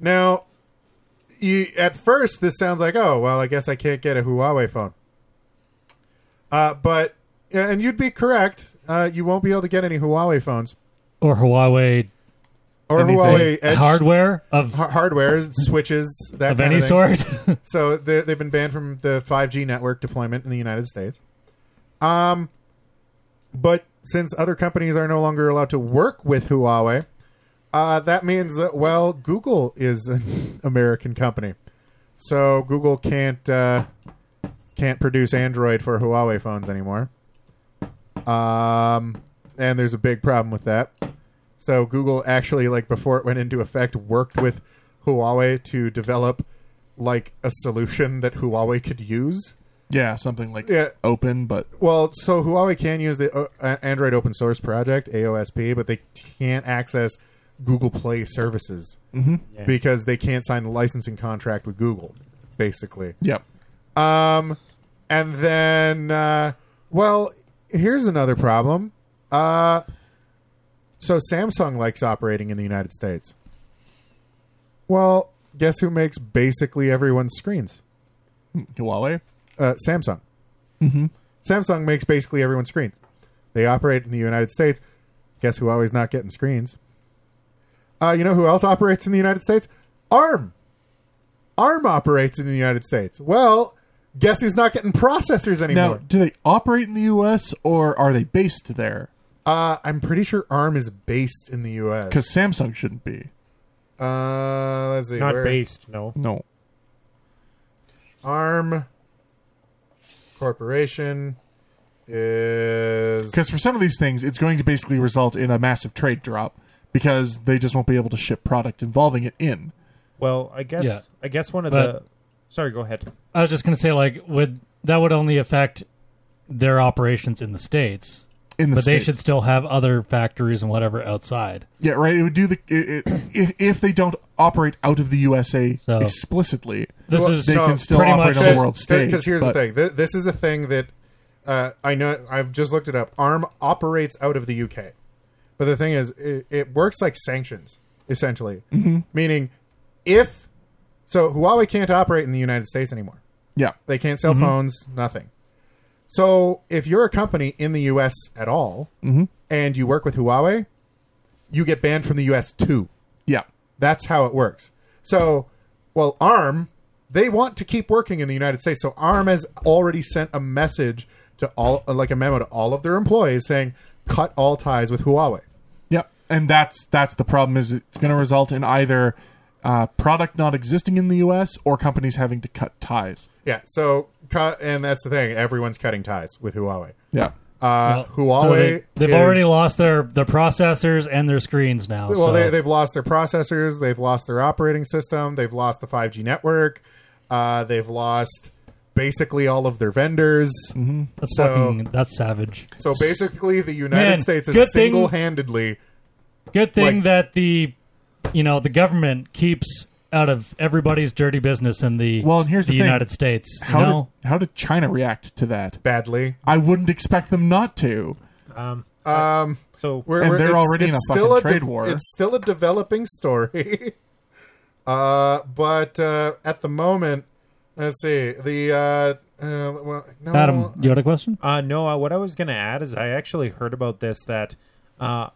now, you, at first, this sounds like, oh, well, I guess I can't get a Huawei phone. Uh, but, and you'd be correct. Uh, you won't be able to get any Huawei phones Or Huawei or Anything. Huawei Edge hardware of, ha- hardware, switches, that of kind any of thing. sort? So they- they've been banned from the 5G network deployment in the United States. Um, but since other companies are no longer allowed to work with Huawei, uh, that means that well, Google is an American company, so Google can't uh, can't produce Android for Huawei phones anymore. Um, and there's a big problem with that. So Google actually, like before it went into effect, worked with Huawei to develop like a solution that Huawei could use. Yeah, something like Yeah. open, but Well, so Huawei can use the uh, A- Android Open Source Project (AOSP), but they can't access Google Play services Yeah. because they can't sign the licensing contract with Google, basically. yep. Um, and then, uh, well, here's another problem. Uh, so Samsung likes operating in the United States. Well, guess who makes basically everyone's screens? Huawei. uh, Samsung. Samsung makes basically everyone's screens. They operate in the United States. Guess who always not getting screens? Uh, you know who else operates in the United States? ARM. ARM operates in the United States. Well, guess who's not getting processors Now, anymore? do they operate in the U.S. or are they based there? uh, I'm pretty sure ARM is based in the U.S. Because Samsung shouldn't be. uh, let's see, Not where- based, no. No. ARM Corporation is Because for some of these things, it's going to basically result in a massive trade drop because they just won't be able to ship product involving it in. Well, I guess Yeah. I guess one of But- the Sorry, go ahead. I was just going to say, like, would that would only affect their operations in the states, In the but they States. should still have other factories and whatever outside. Yeah, right. It would do the it, it, if, if they don't operate out of the USA So- explicitly, This Well, is they So, can still pretty operate much- on the world stage. Because here's but- the thing: Th- this is a thing that uh, I know. I've just looked it up. ARM operates out of the UK, but the thing is, it, it works like sanctions essentially, Mm-hmm. meaning if so, Huawei can't operate in the United States anymore. Yeah, They can't Mm-hmm. sell phones, nothing. So if you're a company in the U.S. at all Mm-hmm. and you work with Huawei, you get banned from the U.S. too. yeah, That's how it works. So, well, ARM, they want to keep working in the United States. So ARM has already sent a message to all, like a memo to all of their employees saying, cut all ties with Huawei. yeah. And that's that's the problem. Is it's going to result in either uh, product not existing in the US or companies having to cut ties. Yeah. So, cut, and that's the thing. Everyone's cutting ties with Huawei. Yeah, Uh, Huawei. So they, they've is- already lost their their processors and their screens now. Well, so. they, they've lost their processors. They've lost their operating system. They've lost the 5G network. Uh, they've lost basically all of their vendors. Mm-hmm. that's so- fucking that's savage. So basically, the United Man, States good is thing- single handedly. Good thing Like- that the you know the government keeps out of everybody's dirty business in the Well, and here's the thing. United States. You how know, did how did China react to that? Badly, I wouldn't expect them not to. Um Um, so we're, And we're- they're it's- already in it's a fucking still trade de- war. It's still a developing story. uh, but uh, at the moment, let's see. The uh, Uh, well, no, Adam, you had a question? Uh, no, uh, what I was going to add is I actually heard about this that uh,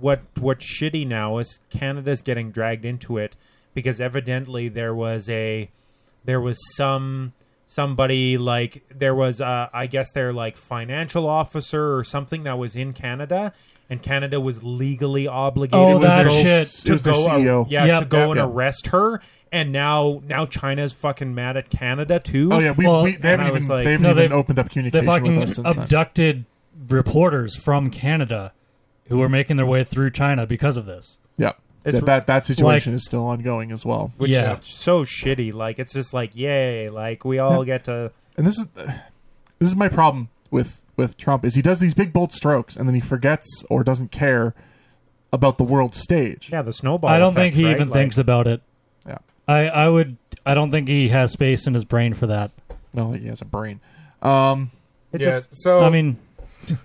what what's shitty now is Canada's getting dragged into it because evidently there was a there was some somebody like there was uh, I guess their like financial officer or something that was in Canada and Canada was legally obligated Oh, to that go, shit. to It was their go, uh, CEO. yeah E Yep. to go and Yep. arrest her and now now China's fucking mad at Canada too Oh yeah, we, Well, we they and I haven't even was like- they haven't No, even they've- opened up They communication with fucking us since then. abducted reporters from Canada who were making their way through China because of this. Yeah, It's that, that that situation like- is still ongoing as well. which Yeah. is so shitty. Like it's just like yay, like we all get to and this is this is my problem with with Trump is he does these big bold strokes and then he forgets or doesn't care about the world stage. yeah the snowball. I don't effect, think he right? even Like, thinks about it. Yeah. I, I would I don't think he has space in his brain for that. No, he has a brain. Um, It yeah. just so I mean,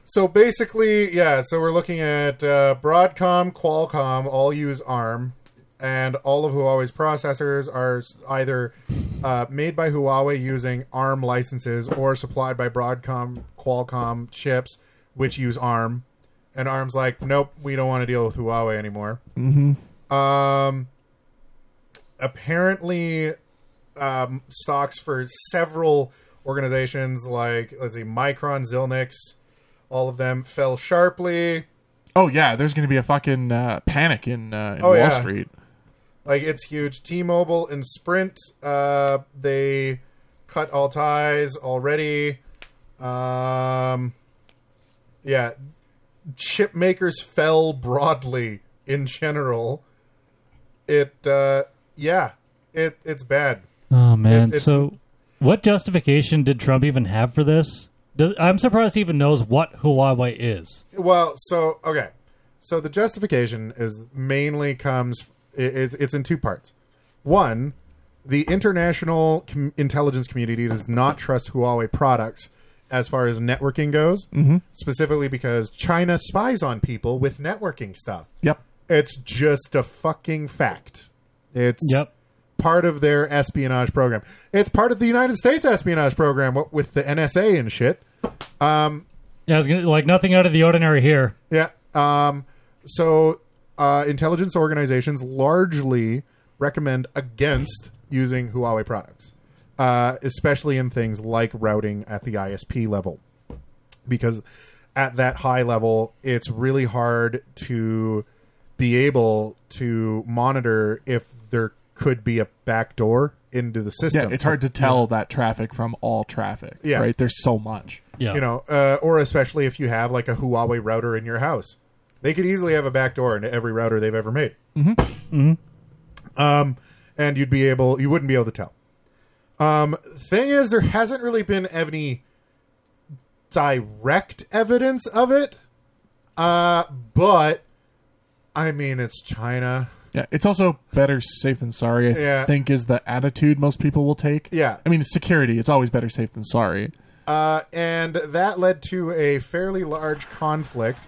so basically, yeah. So we're looking at uh, Broadcom, Qualcomm all use ARM, and all of Huawei's processors are either uh, made by Huawei using ARM licenses or supplied by Broadcom, Qualcomm chips, which use ARM. And ARM's like, nope, we don't want to deal with Huawei anymore. Mm-hmm. Um, apparently, um, stocks for several organizations like let's see, Micron, Zilnix, all of them fell sharply. oh yeah, there's going to be a fucking uh, panic in, uh, in Oh, Wall yeah. Street. Like it's huge. T-Mobile and Sprint, uh, they cut all ties already. Um, yeah, chip makers fell broadly in general. It, uh, yeah, it it's bad. oh man. it's- so what justification did Trump even have for this? Does, I'm surprised he even knows what Huawei is. Well, so okay, so the justification is mainly comes. It, it's it's in two parts. One, the international com- intelligence community does not trust Huawei products as far as networking goes, specifically because China spies on people with networking stuff. Yep. It's just a fucking fact. It's Yep. part of their espionage program. It's part of the United States espionage program what with the NSA and shit. Yeah, I was gonna, like nothing out of the ordinary here. Yeah. Um, so uh, intelligence organizations largely recommend against using Huawei products, uh, especially in things like routing at the ISP level, because at that high level, it's really hard to be able to monitor if there could be a backdoor into the Yeah, system. it's hard to tell that traffic from all traffic. Yeah. right. There's so much. Yeah. you know, uh, or especially if you have like a Huawei router in your house, they could easily have a backdoor into every router they've ever made. Mm-hmm. Um, and you'd be able, you wouldn't be able to tell. Um, thing is, there hasn't really been any direct evidence of it, uh, but I mean, it's China. Yeah, it's also better safe than sorry. I Yeah. think is the attitude most people will take. Yeah. I mean, it's security. It's always better safe than sorry. Uh, and that led to a fairly large conflict.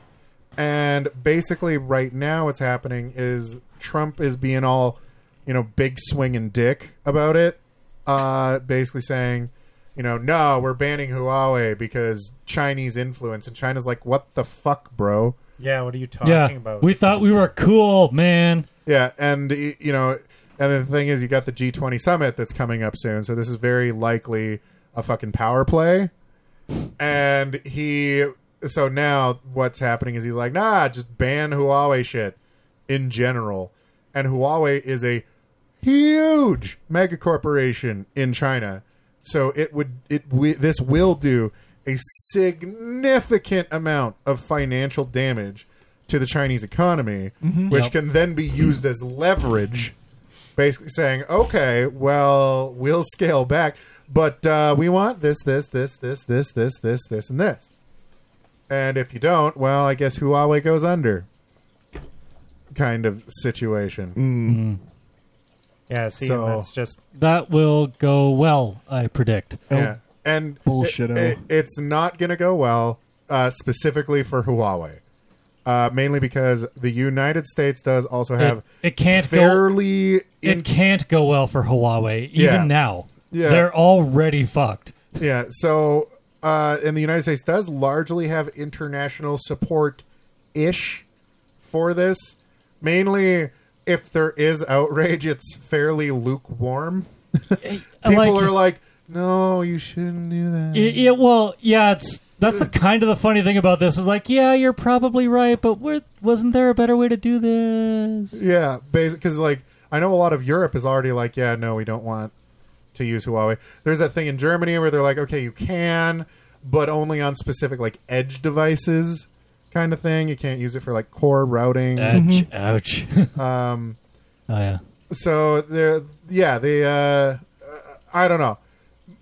And basically, right now, what's happening is Trump is being all, you know, big swing and dick about it. Uh, basically saying, you know, no, we're banning Huawei because Chinese influence. And China's like, what the fuck, bro? yeah, what are you talking yeah. about? We thought we were cool, man. Yeah, and y- you know, and the thing is, you got the G20 summit that's coming up soon, so this is very likely a fucking power play. And he, so now what's happening is he's like, nah, just ban Huawei shit in general. And Huawei is a huge mega corporation in China, so it would it wi- this will do a significant amount of financial damage to the Chinese economy, which Yep. can then be used as leverage. Basically saying, okay, well, we'll scale back, but uh, we want this, this, this, this, this, this, this, this, and this. And if you don't, well, I guess Huawei goes under. Kind of situation. yeah, see, So- that's just That will go well, I predict. Yeah. And Bullshit. it- it- it's not going to go well, uh, specifically for Huawei, uh, mainly because the United States does also have It, it can't go fairly. in- it can't go well for Huawei even Yeah. now. Yeah. They're already fucked. Yeah. So, uh, and the United States does largely have international support ish for this. Mainly, if there is outrage, it's fairly lukewarm. People are like, no, you shouldn't do that. Yeah, yeah, well, yeah, it's that's the kind of the funny thing about this is like, yeah, you're probably right, but where, wasn't there a better way to do this? Yeah, basic because like I know a lot of Europe is already like, yeah, no, we don't want to use Huawei. There's that thing in Germany where they're like, okay, you can, but only on specific like edge devices, kind of thing. You can't use it for like core routing. Ah, ouch. Um, oh yeah. so there, yeah, the uh, uh, I don't know.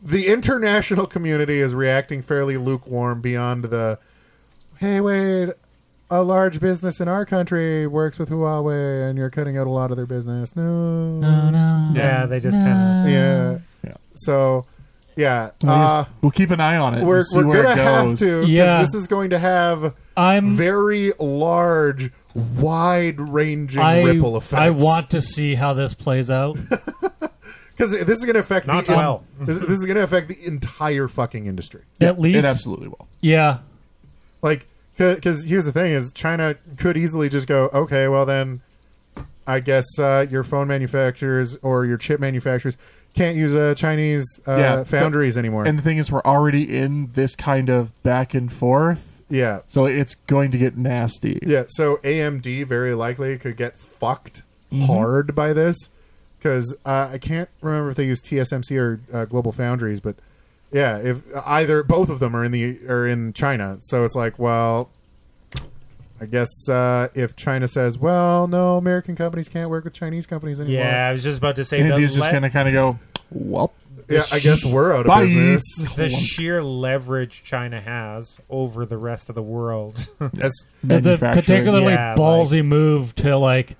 The international community is reacting fairly lukewarm beyond the, hey, wait, a large business in our country works with Huawei, and you're cutting out a lot of their business. No, Oh no. Yeah, they just kind yeah. Yeah. So, yeah, uh, we'll keep an eye on it. and we're see we're where gonna it have goes. to 'cause Yeah. Mm-hmm. this is going to have I'm very large, wide-ranging I, ripple effects. I want to see how this plays out. because this is going to affect Not the, well. This, this is going to affect the entire fucking industry. At least It absolutely will. Yeah. Like, because here's the thing: is China could easily just go, okay, well then, I guess uh, your phone manufacturers or your chip manufacturers can't use uh, Chinese uh, Yeah, but- foundries anymore. And the thing is, we're already in this kind of back and forth, yeah, so it's going to get nasty. Yeah, so AMD very likely could get fucked hard by this because uh, I can't remember if they use TSMC or uh, Global Foundries, but yeah, if either both of them are in the are in China, so it's like, well, I guess uh, if China says, well, no, American companies can't work with Chinese companies of. anymore. Yeah, I was just about to say And the, India's just le- going to kind of go, well, Yeah, I guess we're out of bye. business. the sheer leverage China has over the rest of the world. That's- It's a Manufacturing. particularly Yeah, ballsy move to like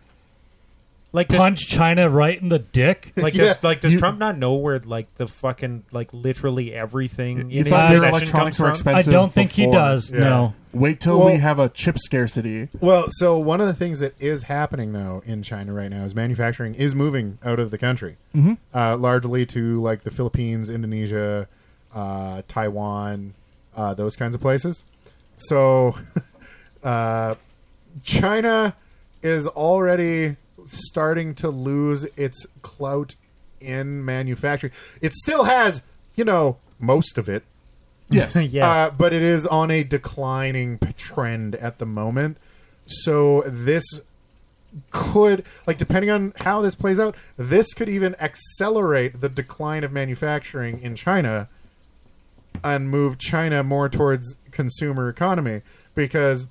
like does, punch China right in the dick. like Yeah. does, like does You- Trump not know where like the fucking like literally everything You in his thought their possession electronics comes were from? I expensive. don't think he before. does. Yeah. No. Wait till Well- we have a chip scarcity. Well, so one of the things that is happening though in China right now is manufacturing is moving out of the country, mm-hmm. uh, largely to like the Philippines, Indonesia, uh, Taiwan, uh, those kinds of places. So, uh, China is already starting to lose its clout in manufacturing. It still has, you know, most of it, Yes. yeah, uh, but it is on a declining p- trend at the moment. So this could, like, depending on how this plays out, this could even accelerate the decline of manufacturing in China and move China more towards consumer economy because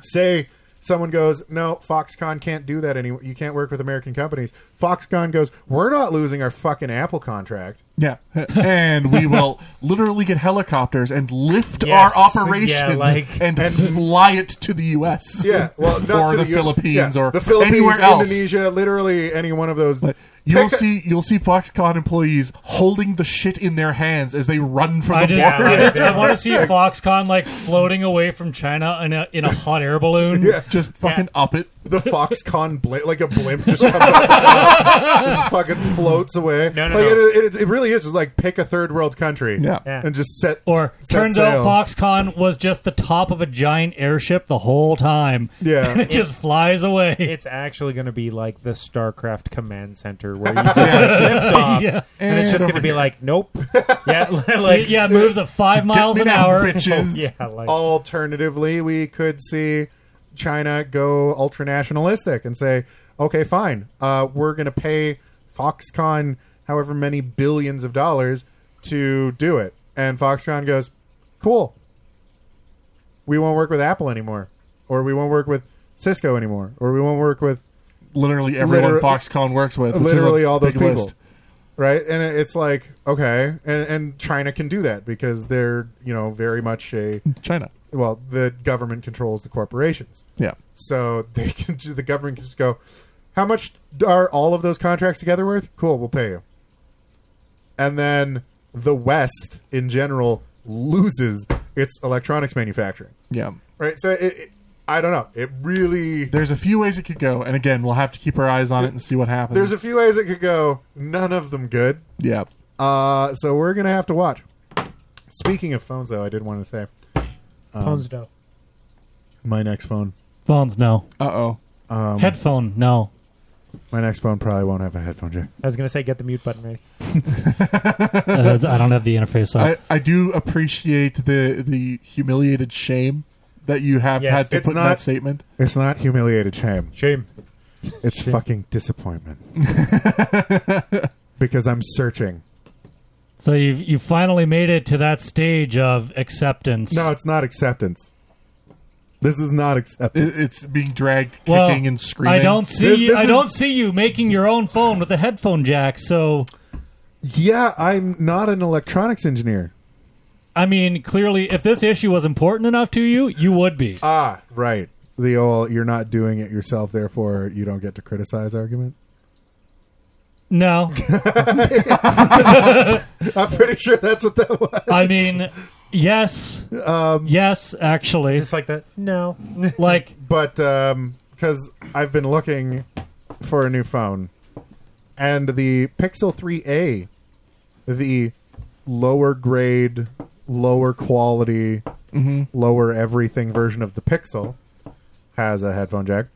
say someone goes, "No, Foxconn can't do that anymore. You can't work with American companies." Foxconn goes, "We're not losing our fucking Apple contract." Yeah. And we will literally get helicopters and lift Yes. our operations Yeah, like- and, fly it to the U.S. Yeah, well, not or to the, U- Philippines yeah, or the Philippines, anywhere else. Indonesia, literally any one of those. You'll Pick a- see you'll see Foxconn employees holding the shit in their hands as they run for I the just border. I, Yeah. just- I want to see Foxconn like floating away from China in a in a hot air balloon. Yeah. Just fucking up it. The Foxconn blimp, like a blimp, just comes out the top, just fucking floats away. No, no, like no. It, it, it really is just like pick a third world country, Yeah. Yeah. and just set. Or set turns out sail. Foxconn was just the top of a giant airship the whole time. Yeah, It just flies away. it's actually going to be like the StarCraft command center where you just like, lift off, Yeah. and it's just And going to be over like, nope, yeah, like yeah, it moves at five miles Get an me now, hour. bitches. yeah, like Alternatively, we could see China go ultranationalistic and say, okay, fine, uh, we're going to pay Foxconn however many billions of dollars to do it. And Foxconn goes, cool. We won't work with Apple anymore, or we won't work with Cisco anymore, or we won't work with Literally everyone Literally- Foxconn works with. which is a literally all those big people. list. Right, and it- it's like okay, and, and China can do that because they're you know very much a China. well the government controls the corporations. Yeah. So they can ju- the government can just go, how much are all of those contracts together worth? Cool, we'll pay you. And then the West in general loses its electronics manufacturing, Yeah. right? So it, it, I don't know. It really There's a few ways it could go, and again, we'll have to keep our eyes on it and see what happens. there's a few ways it could go. None of them good. yeah. Uh, so we're gonna have to watch. Speaking of phones, though, I did want to say um, dough. My next phone, Phones, no. Uh oh. um, Headphone, no. my next phone probably won't have a headphone jack. I was gonna say get the mute button ready. Uh, I don't have the interface up. I, I do appreciate the the humiliated shame that you have Yes. had to It's put in not- that statement. It's not humiliated shame. Shame. It's fucking disappointment. because I'm searching. so you've you finally made it to that stage of acceptance. No, it's not acceptance. This is not It, acceptance. it's being dragged, kicking, well, and screaming. I don't see This- you. this I is- don't see you making your own phone with a headphone jack. So yeah, I'm not an electronics engineer. I mean, clearly, if this issue was important enough to you, you would be. Ah, right. The old "you're not doing it yourself, therefore you don't get to criticize" argument. No, I'm pretty sure that's what that was. I mean, yes, Um, yes, actually, Just like that. No. like but because I've been looking for a new phone, and the Pixel 3a, the lower grade, lower quality, lower everything version of the Pixel, has a headphone jack.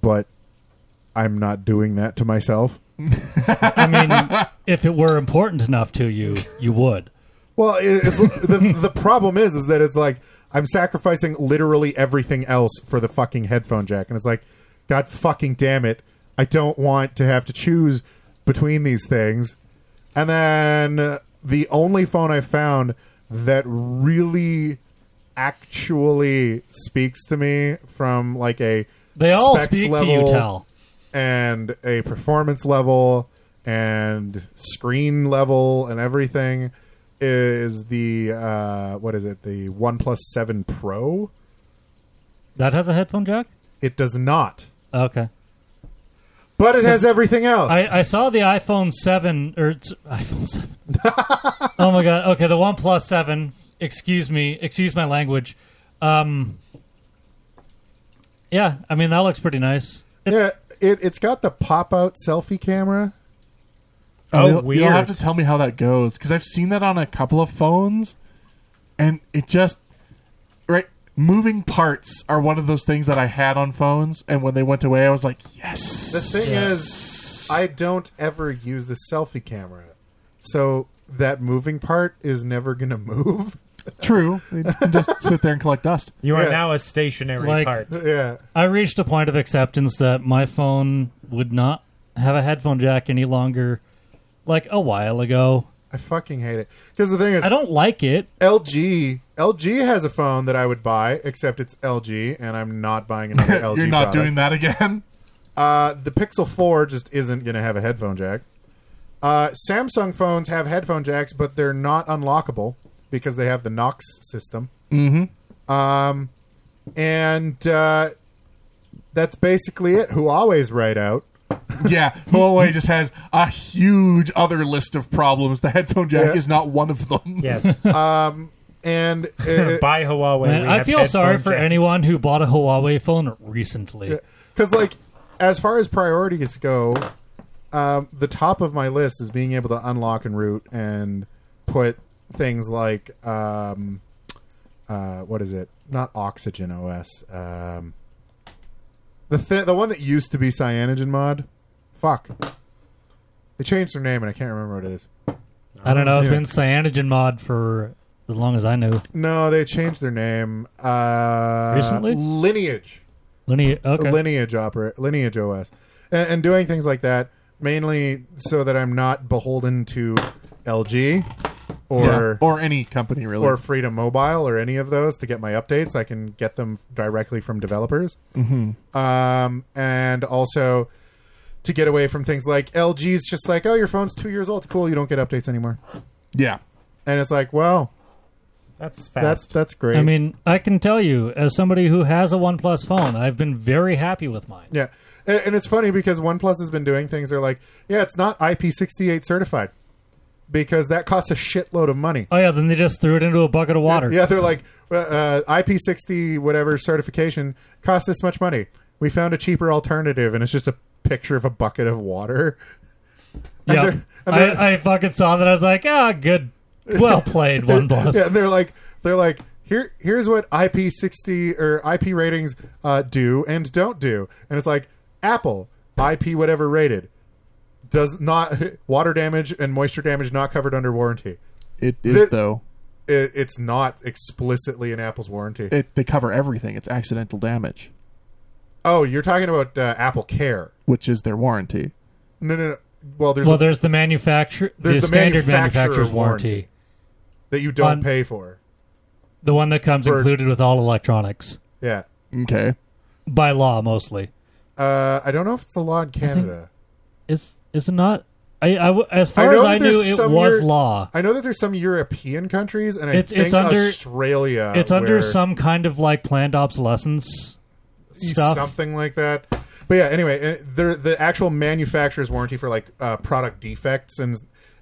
But I'm not doing that to myself. I mean, if it were important enough to you, you would. Well, it- it's, the, the problem is, is that it's like I'm sacrificing literally everything else for the fucking headphone jack, and it's like, God fucking damn it, I don't want to have to choose between these things. And then uh, the only phone I found that really actually speaks to me from like a They all specs speak to you, level Tal. and a performance level and screen level and everything is the uh, what is it the one plus seven pro That has a headphone jack. it does not Okay, but it has everything else I, I saw the iPhone seven or it's iPhone seven. oh my god. Okay, the One Plus seven. Excuse me. Excuse my language. Um. Yeah, I mean that looks pretty nice. It's, yeah it, it's got the pop-out selfie camera Oh, you'll, weird. You'll have to tell me how that goes because I've seen that on a couple of phones, and it just right moving parts are one of those things that I had on phones, and when they went away, I was like, yes. the thing is i don't ever use the selfie camera so that moving part is never gonna move True, They can just sit there and collect dust. You are Yeah. now a stationary Like- part. yeah I reached a point of acceptance that my phone would not have a headphone jack any longer. Like a while ago, i fucking hate it because the thing is I don't like it. Oh, LG LG has a phone that I would buy, except it's LG, and I'm not buying another LG. You're not product. doing that again. Uh, the Pixel Four just isn't going to have a headphone jack. Uh, Samsung phones have headphone jacks, but they're not unlockable because they have the Knox system. Mm-hmm. Um, and uh, that's basically it. Who always write out? Yeah, Huawei just has a huge other list of problems. The headphone jack Yeah. is not one of them. Yes. And uh, Buy Huawei. Man, we I have feel sorry headphone for jacks. anyone who bought a Huawei phone recently. because like as far as priorities go um, the top of my list is being able to unlock and root and put things like um, uh, what is it not oxygen os um, the th- the one that used to be cyanogen mod fuck they changed their name and i can't remember what it is I don't know. It's Yeah. been cyanogen mod for as long as I knew. no they changed their name uh, Recently? lineage Lineage. Okay. lineage oper- lineage OS, and, and doing things like that mainly so that I'm not beholden to LG or or any company really. or Freedom Mobile or any of those to get my updates. I can get them directly from developers, mm-hmm. um, and also to get away from things like LG's just like, oh, your phone's two years old, cool, you don't get updates anymore, yeah, and it's like, well, That's that's fast. that's great. I mean, I can tell you, as somebody who has a OnePlus phone, I've been very happy with mine. yeah. And and it's funny because OnePlus has been doing things. They're like, yeah, it's not IP68 certified because that costs a shitload of money. Oh yeah, then they just threw it into a bucket of water. Yeah, they're like uh, uh, IP60 whatever certification costs this much money. We found a cheaper alternative, and it's just a picture of a bucket of water. Yeah. they're- and they're- I, I fucking saw that. I was like, ah, good. Well played, one boss. Yeah, they're like they're like here here's what IP60 or IP ratings uh, do and don't do. And it's like Apple IP whatever rated does not water damage and moisture damage not covered under warranty. It is Th- though. It, it's not explicitly in Apple's warranty. It, they cover everything. It's accidental damage, oh, you're talking about uh, Apple Care. which is their warranty. No, no, no. Well, there's Well, a- there's the manufacturer, There's the, the standard manufacturer's manufacturer's warranty, warranty. that you don't on- pay for. the one that comes For- included with all electronics Yeah. Okay. by law, mostly. Uh, I don't know if it's the law in Canada. Is is it not? I, I w- as far know as that I knew, there's it some was year- law. I know that there's some European countries, and I It's- think it's under- Australia. It's under where- some kind of like planned obsolescence stuff. something like that. But yeah, anyway, uh, there the actual manufacturer's warranty for like uh, product defects and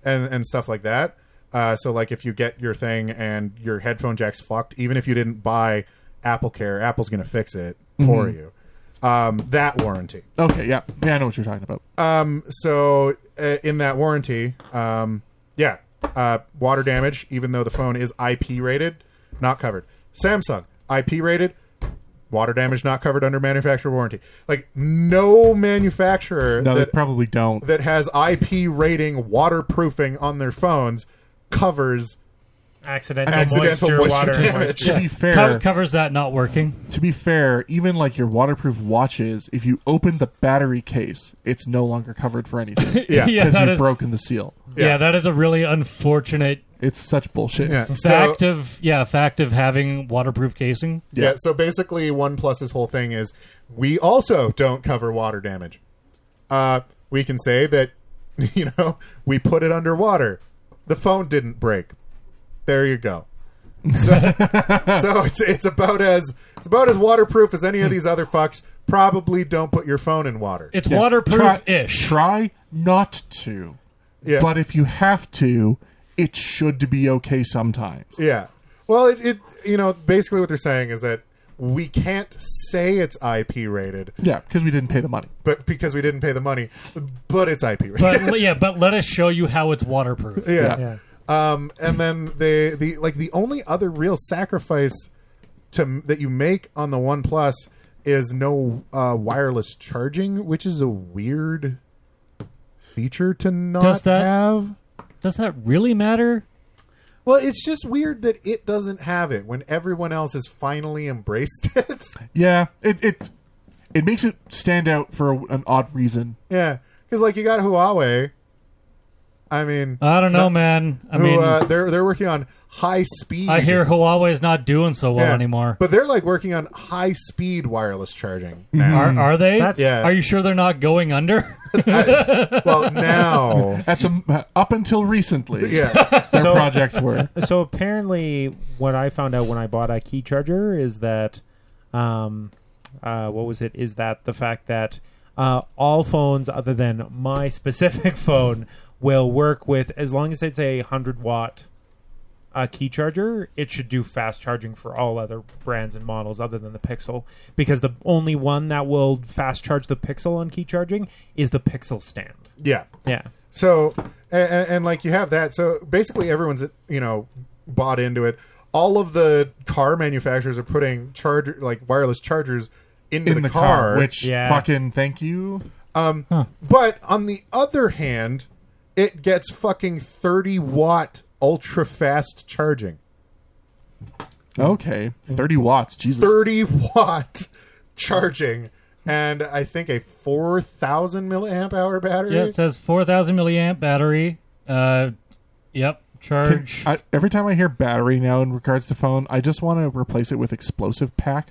and and stuff like that. Uh, so like if you get your thing and your headphone jack's fucked, even if you didn't buy Apple Care, Apple's gonna fix it for you. Um, that warranty. Okay. Yeah. Yeah. I know what you're talking about. Um, so uh, in that warranty, um, yeah, uh, water damage, even though the phone is IP rated, not covered. Samsung IP rated, water damage not covered under manufacturer warranty. Like no manufacturer no, they that probably don't. that has IP rating waterproofing on their phones covers Accidental, accidental moisture, moisture water. and moisture. damage. to be fair, Co- covers that not working. to be fair, even like your waterproof watches, if you open the battery case, it's no longer covered for anything Yeah, yeah, because that you've is, broken the seal. yeah. yeah, that is a really unfortunate It's such bullshit. Yeah. fact So- of yeah fact of having waterproof casing. yeah. So basically, OnePlus's whole thing is we also don't cover water damage. Uh, we can say that you know we put it underwater. The phone didn't break. There you go. So, so it's it's about as it's about as waterproof as any of these other fucks. Probably don't put your phone in water. It's Yeah. waterproof ish. Try, try not to. yeah. But if you have to, it should be okay sometimes. Yeah. Well, it, it you know basically what they're saying is that we can't say it's IP rated, Yeah, because we didn't pay the money. but because we didn't pay the money, but it's IP rated. but yeah, but let us show you how it's waterproof. yeah. Yeah. Um, and then they the like the only other real sacrifice to that you make on the One Plus is no uh, wireless charging, which is a weird feature to not Does that- have. Does that really matter? Well, it's just weird that it doesn't have it when everyone else has finally embraced it. Yeah, it it, it makes it stand out for a, an odd reason. yeah, because like you got Huawei. I mean, I don't know, man. I who mean, uh, they're they're working on high speed. I hear Huawei's not doing so well Yeah. anymore. but they're like working on high speed wireless charging. Mm-hmm. Are, are they? That's- Yeah. Are you sure they're not going under? I- well, now, At the uh, up until recently, yeah, their So- projects were. so apparently, what I found out when I bought a key charger is that, um, uh, what was it? Is that the fact that uh, all phones other than my specific phone will work with as long as it's a hundred watt. uh key charger, it should do fast charging for all other brands and models other than the Pixel, because the only one that will fast charge the Pixel on key charging is the Pixel stand. yeah. Yeah, So, and, and like you have that. So basically, everyone's you know bought into it. All of the car manufacturers are putting charger like wireless chargers into In the, car, which Yeah. fucking thank you. But on the other hand, it gets fucking thirty watt ultra fast charging. Okay, thirty watts. Jesus, Thirty watt charging, and I think a four thousand milliamp hour battery. yeah, it says four thousand milliamp battery. Uh, yep, Can- charge. I, every time I hear battery now in regards to phone, I just want to replace it with explosive pack.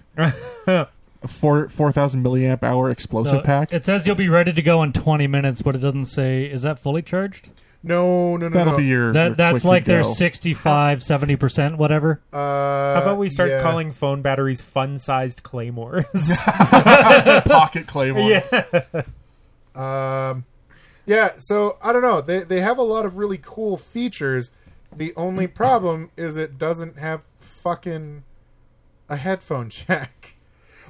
A four four thousand milliamp hour explosive So pack. It says you'll be ready to go in twenty minutes, but it doesn't say is that fully charged. no, no, no, That'll no. be your. your That that's quick like to their go. 65, 70 percent, whatever. Uh, How about we start yeah. calling phone batteries fun-sized claymores? pocket claymores. Um, yeah, so I don't know. They they have a lot of really cool features. The only problem is it doesn't have fucking a headphone jack.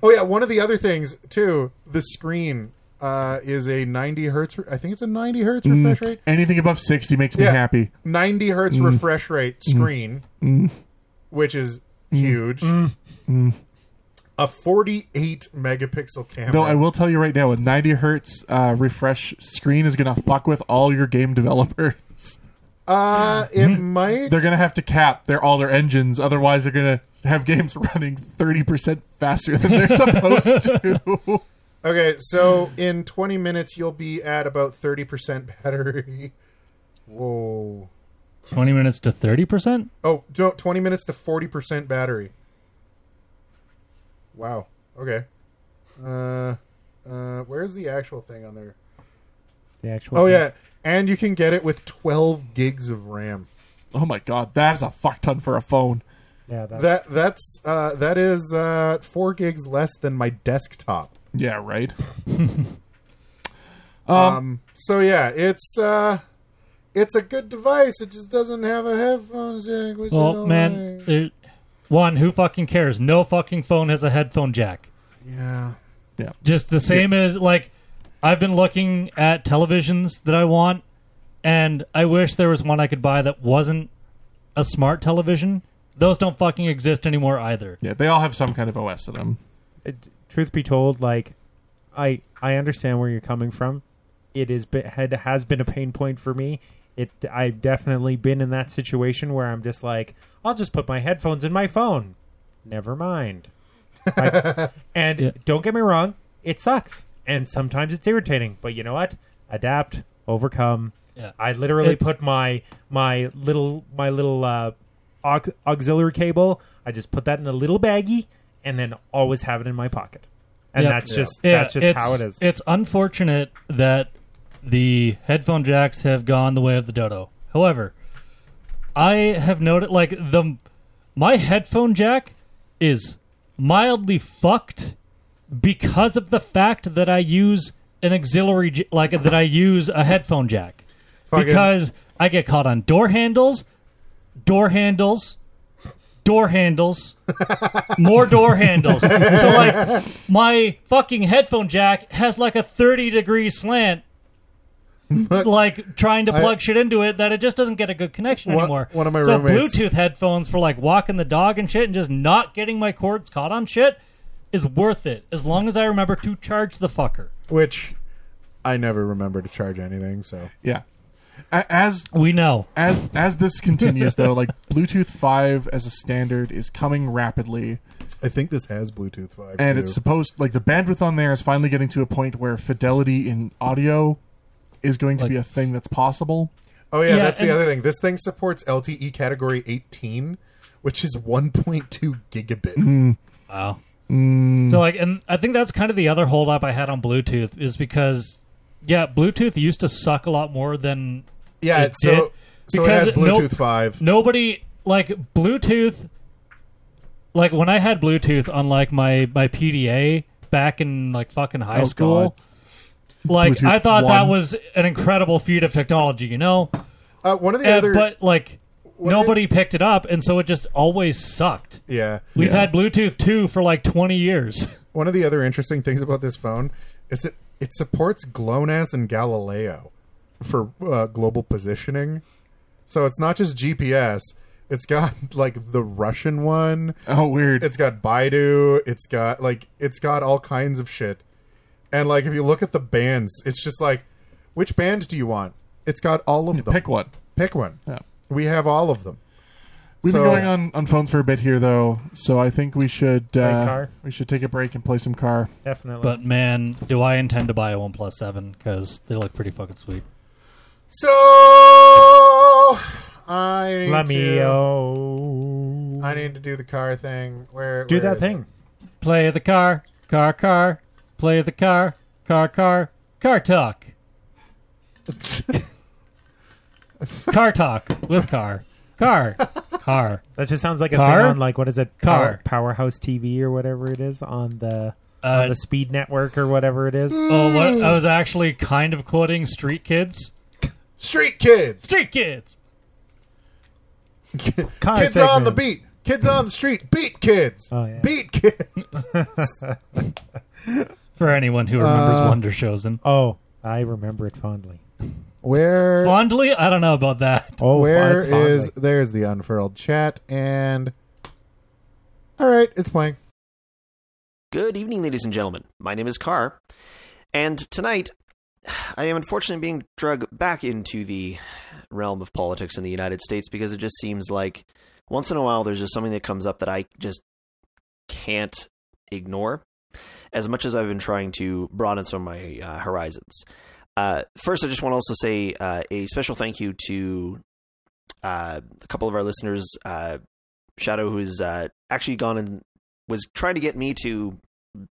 Oh yeah, one of the other things too, the screen uh, is a 90 hertz. I think it's a 90 hertz Mm. refresh rate. Anything above 60 makes me Yeah. happy. 90 hertz refresh rate screen, which is huge. A 48 megapixel camera. Though I will tell you right now, a 90 hertz uh, refresh screen is going to fuck with all your game developers. uh, it might. They're going to have to cap their all their engines, otherwise they're going to have games running 30% faster than they're supposed to. Okay, so in 20 minutes, you'll be at about 30% battery. Whoa. Twenty minutes to thirty percent. Oh, no, 20 minutes to 40% battery. Wow. Okay. Uh, uh, where's the actual thing on there? The actual. Oh, yeah. And you can get it with 12 gigs of RAM. Oh my god, that is a fuck ton for a phone. Yeah. That's, That that's uh, that is uh, four gigs less than my desktop. Yeah, right. Um, so yeah, it's uh, it's a good device. It just doesn't have a headphone jack. Which I Well, don't man, like. there- one who fucking cares? No fucking phone has a headphone jack. Yeah. Just the same as like I've been looking at televisions that I want, and I wish there was one I could buy that wasn't a smart television. Those don't fucking exist anymore either. Yeah, they all have some kind of OS in them. it- truth be told, like I I understand where you're coming from. It is be- had has been a pain point for me. It I've definitely been in that situation where I'm just like, I'll just put my headphones in my phone. Never mind. Like, and Yeah. don't get me wrong, it sucks, and sometimes it's irritating. But you know what? Adapt, overcome. Yeah. I literally It's- put my my little my little uh, aux- auxiliary cable. I just put that in a little baggie and then always have it in my pocket. And Yep. that's Yeah. just Yeah, that's just it's- how it is. It's unfortunate that the headphone jacks have gone the way of the dodo. However, I have noted like the my headphone jack is mildly fucked because of the fact that I use an auxiliary j- like that I use a headphone jack Fucking- because I get caught on door handles, door handles, door handles, more door handles. So like my fucking headphone jack has like a 30 degree slant like trying to plug shit into it that it just doesn't get a good connection One- anymore. one of my so roommates- Bluetooth headphones for like walking the dog and shit and just not getting my cords caught on shit is worth it as long as I remember to charge the fucker. which I never remember to charge anything. So Yeah. A- As We know. as as this continues though, like Bluetooth 5 as a standard is coming rapidly. I think this has Bluetooth five. and too. it's supposed like the bandwidth on there is finally getting to a point where fidelity in audio is going to Like- be a thing that's possible. oh yeah, yeah, that's the and- other thing. This thing supports LTE category eighteen, which is one point two gigabit. Mm. Wow. Mm. So like, and I think that's kind of the other holdup I had on Bluetooth is because, yeah, Bluetooth used to suck a lot more than Yeah, It it's so did, so it because has it- nope. Bluetooth five. nobody like Bluetooth. Like when I had Bluetooth on like my my PDA back in like fucking high Oh, school, like Bluetooth I thought that one. was an incredible feat of technology, you know. Uh, one of the Uh, other but like of the- nobody picked it up, and so it just always sucked. yeah, We've Yeah. had Bluetooth two for like twenty years. one of the other interesting things about this phone is it it supports GLONASS and Galileo for uh, global positioning. So it's not just GPS. It's got like the Russian one. Oh, weird. It's got Baidu. It's got like it's got all kinds of shit. And like if you look at the bands, it's just like, which band do you want? It's got all of them. Pick one. Pick one. Yeah. We have all of them. We've So- been going on, on phones for a bit here though, so I think we should uh, car. we should take a break and play some car. Definitely. But man, do I intend to buy a One Plus Seven because they look pretty fucking sweet. So I need Let me uh, to- oh, I need to do the car thing. Where do where that is thing. it? Play the car, car, car. Play the car, car, car. Car talk. car talk with car, car, car. That just sounds like a Car? thing on like what is it? Car. Power- Powerhouse TV or whatever it is on the on Uh, the Speed Network or whatever it is. Mm, oh, what? I was actually kind of quoting Street Kids. Street kids. Street Kids. Car kids on the segment. beat. Oh, Kids on the street. Beat kids. Oh, yeah. Beat kids. for anyone who remembers Uh, Wonder Chosen. Oh, I remember it fondly. Where Fondly, I don't know about that. Oh, Where it's fondly. is there's the unfurled chat and all right, it's playing. Good evening, ladies and gentlemen. My name is Carr, and tonight I am unfortunately being dragged back into the realm of politics in the United States because it just seems like once in a while there's just something that comes up that I just can't ignore. As much as I've been trying to broaden some of my uh, horizons, uh, first I just want to also say uh, a special thank you to uh, a couple of our listeners, uh, Shadow, who's uh, actually gone and was trying to get me to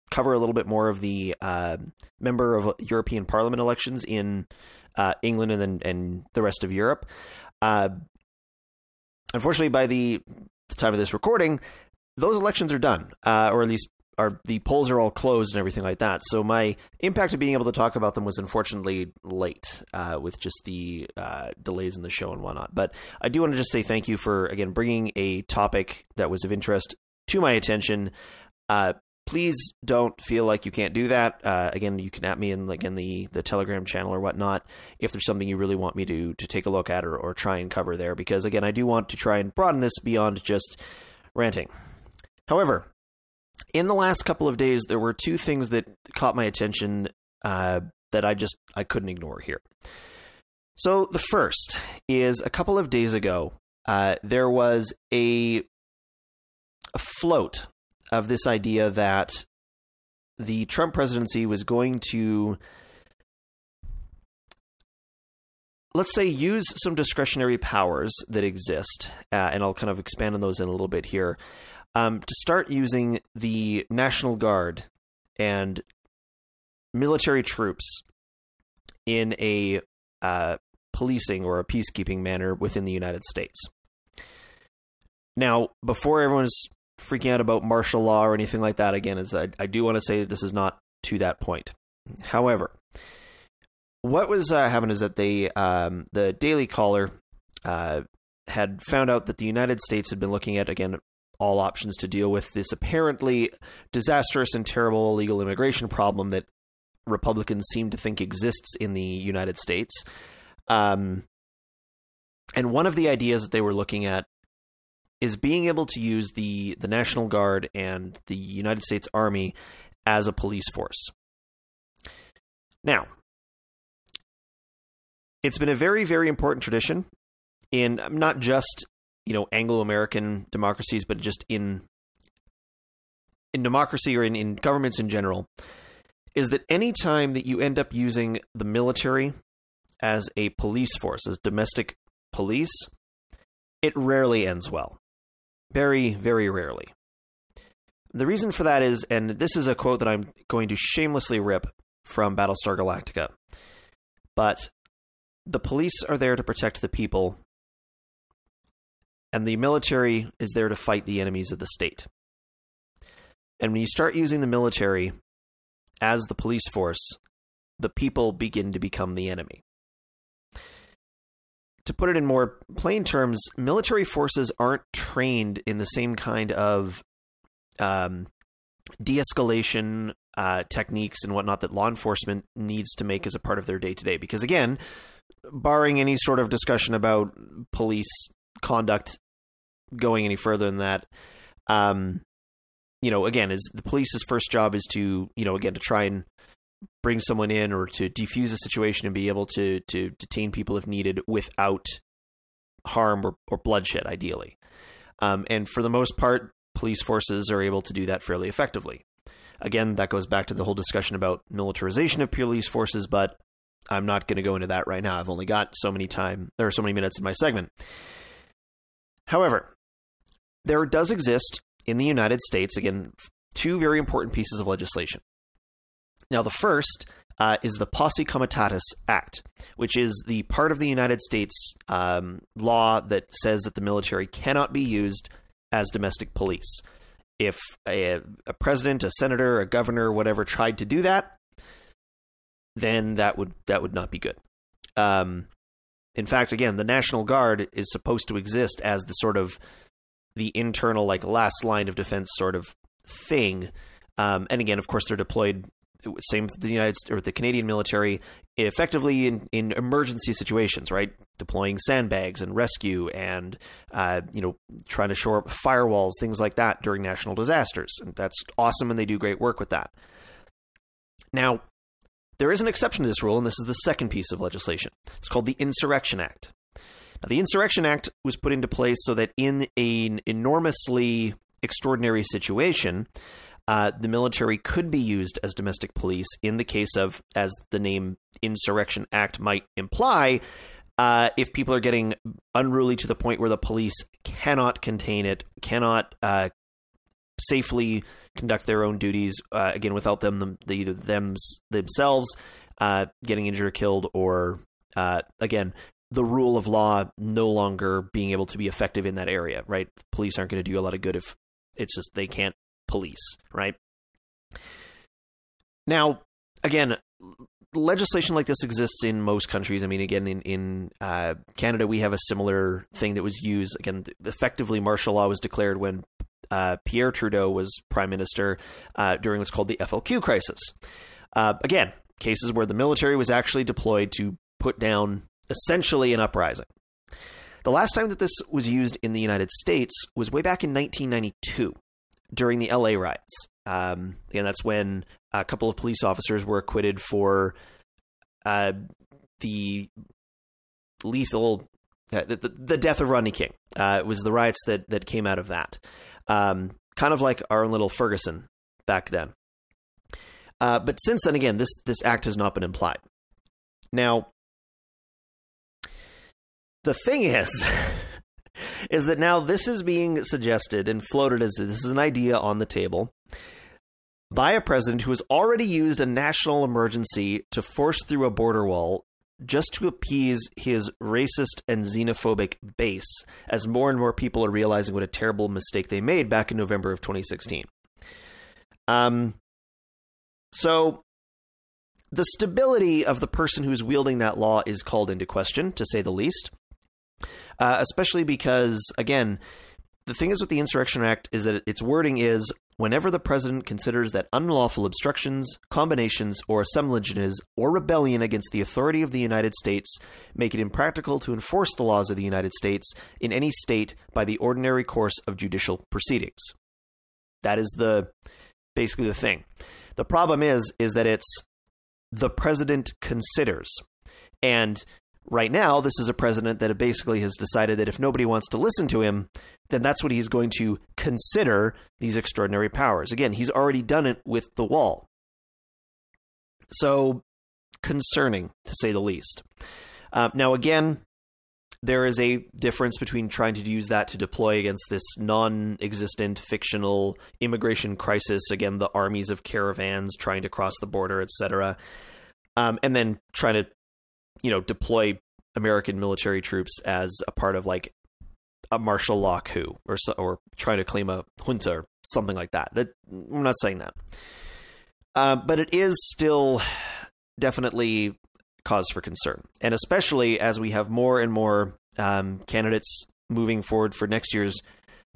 cover a little bit more of the uh, member of European Parliament elections in uh, England and then and the rest of Europe. Uh, unfortunately, by the, the time of this recording, those elections are done, uh, or at least are the polls are all closed and everything like that. So my impact of being able to talk about them was unfortunately late uh, with just the uh, delays in the show and whatnot. But I do want to just say thank you for again bringing a topic that was of interest to my attention. Uh, please don't feel like you can't do that. Uh, again, you can at me in like in the the Telegram channel or whatnot if there's something you really want me to to take a look at or or try and cover there. Because again, I do want to try and broaden this beyond just ranting. However, in the last couple of days, there were two things that caught my attention uh, that I just I couldn't ignore here. So the first is a couple of days ago, uh, there was a a float of this idea that the Trump presidency was going to, let's say, use some discretionary powers that exist, uh, and I'll kind of expand on those in a little bit here, um, to start using the National Guard and military troops in a uh, policing or a peacekeeping manner within the United States. Now, before everyone's freaking out about martial law or anything like that again is I, I do want to say that this is not to that point. However, what was uh, happened is that they um, the Daily Caller uh, had found out that the United States had been looking at again all options to deal with this apparently disastrous and terrible illegal immigration problem that Republicans seem to think exists in the United States. Um, and one of the ideas that they were looking at is being able to use the the National Guard and the United States Army as a police force. Now, it's been a very very important tradition in um, not just, you know, Anglo-American democracies but just in in democracy or in, in governments in general is that any time that you end up using the military as a police force as domestic police it rarely ends well. Very, very rarely. The reason for that is, and this is a quote that I'm going to shamelessly rip from Battlestar Galactica, but the police are there to protect the people, and the military is there to fight the enemies of the state. And when you start using the military as the police force, the people begin to become the enemy to put it in more plain terms, military forces aren't trained in the same kind of um, de escalation uh, techniques and whatnot that law enforcement needs to make as a part of their day to day. Because, again, barring any sort of discussion about police conduct going any further than that, um, you know, again, is the police's first job is to, you know, again, to try and bring someone in or to defuse a situation and be able to to detain people if needed without harm or, or bloodshed ideally um, and for the most part police forces are able to do that fairly effectively again that goes back to the whole discussion about militarization of police forces but i'm not going to go into that right now i've only got so many time there are so many minutes in my segment however there does exist in the united states again two very important pieces of legislation now, the first uh, is the Posse Comitatus Act, which is the part of the United States um, law that says that the military cannot be used as domestic police. If a, a president, a senator, a governor, whatever, tried to do that, then that would that would not be good. Um, in fact, again, the National Guard is supposed to exist as the sort of the internal, like last line of defense, sort of thing. Um, and again, of course, they're deployed same for the United St- or the Canadian military, effectively in, in emergency situations, right? Deploying sandbags and rescue, and uh, you know, trying to shore up firewalls, things like that during national disasters. And that's awesome, and they do great work with that. Now, there is an exception to this rule, and this is the second piece of legislation. It's called the Insurrection Act. Now, the Insurrection Act was put into place so that in an enormously extraordinary situation, uh, the military could be used as domestic police in the case of, as the name Insurrection Act might imply, uh, if people are getting unruly to the point where the police cannot contain it, cannot uh, safely conduct their own duties uh, again without them, them the, either them themselves uh, getting injured or killed, or uh, again the rule of law no longer being able to be effective in that area. Right, police aren't going to do a lot of good if it's just they can't police. Right now, again. Legislation like this exists in most countries. I mean, again, in in uh, Canada, we have a similar thing that was used. Again, effectively, martial law was declared when uh, Pierre Trudeau was prime minister uh, during what's called the FLQ crisis. Uh, again, cases where the military was actually deployed to put down essentially an uprising. The last time that this was used in the United States was way back in 1992 during the LA riots. Um, and that's when a couple of police officers were acquitted for uh, the lethal, uh, the, the, the death of Rodney King. Uh, it was the riots that, that came out of that um, kind of like our own little Ferguson back then. Uh, but since then, again, this this act has not been implied. Now, the thing is, is that now this is being suggested and floated as this is an idea on the table by a president who has already used a national emergency to force through a border wall just to appease his racist and xenophobic base, as more and more people are realizing what a terrible mistake they made back in November of 2016. Um, so the stability of the person who's wielding that law is called into question, to say the least. Uh, especially because, again, the thing is with the Insurrection Act is that its wording is whenever the president considers that unlawful obstructions, combinations, or assemblages or rebellion against the authority of the United States make it impractical to enforce the laws of the United States in any state by the ordinary course of judicial proceedings. That is the basically the thing. The problem is is that it's the president considers and right now this is a president that basically has decided that if nobody wants to listen to him then that's what he's going to consider these extraordinary powers again he's already done it with the wall so concerning to say the least uh, now again there is a difference between trying to use that to deploy against this non existent fictional immigration crisis, again, the armies of caravans trying to cross the border, etc., um, and then trying to you know deploy American military troops as a part of like a martial law coup or so, or trying to claim a junta or something like that. That I'm not saying that, uh, but it is still definitely cause for concern, and especially as we have more and more um, candidates moving forward for next year's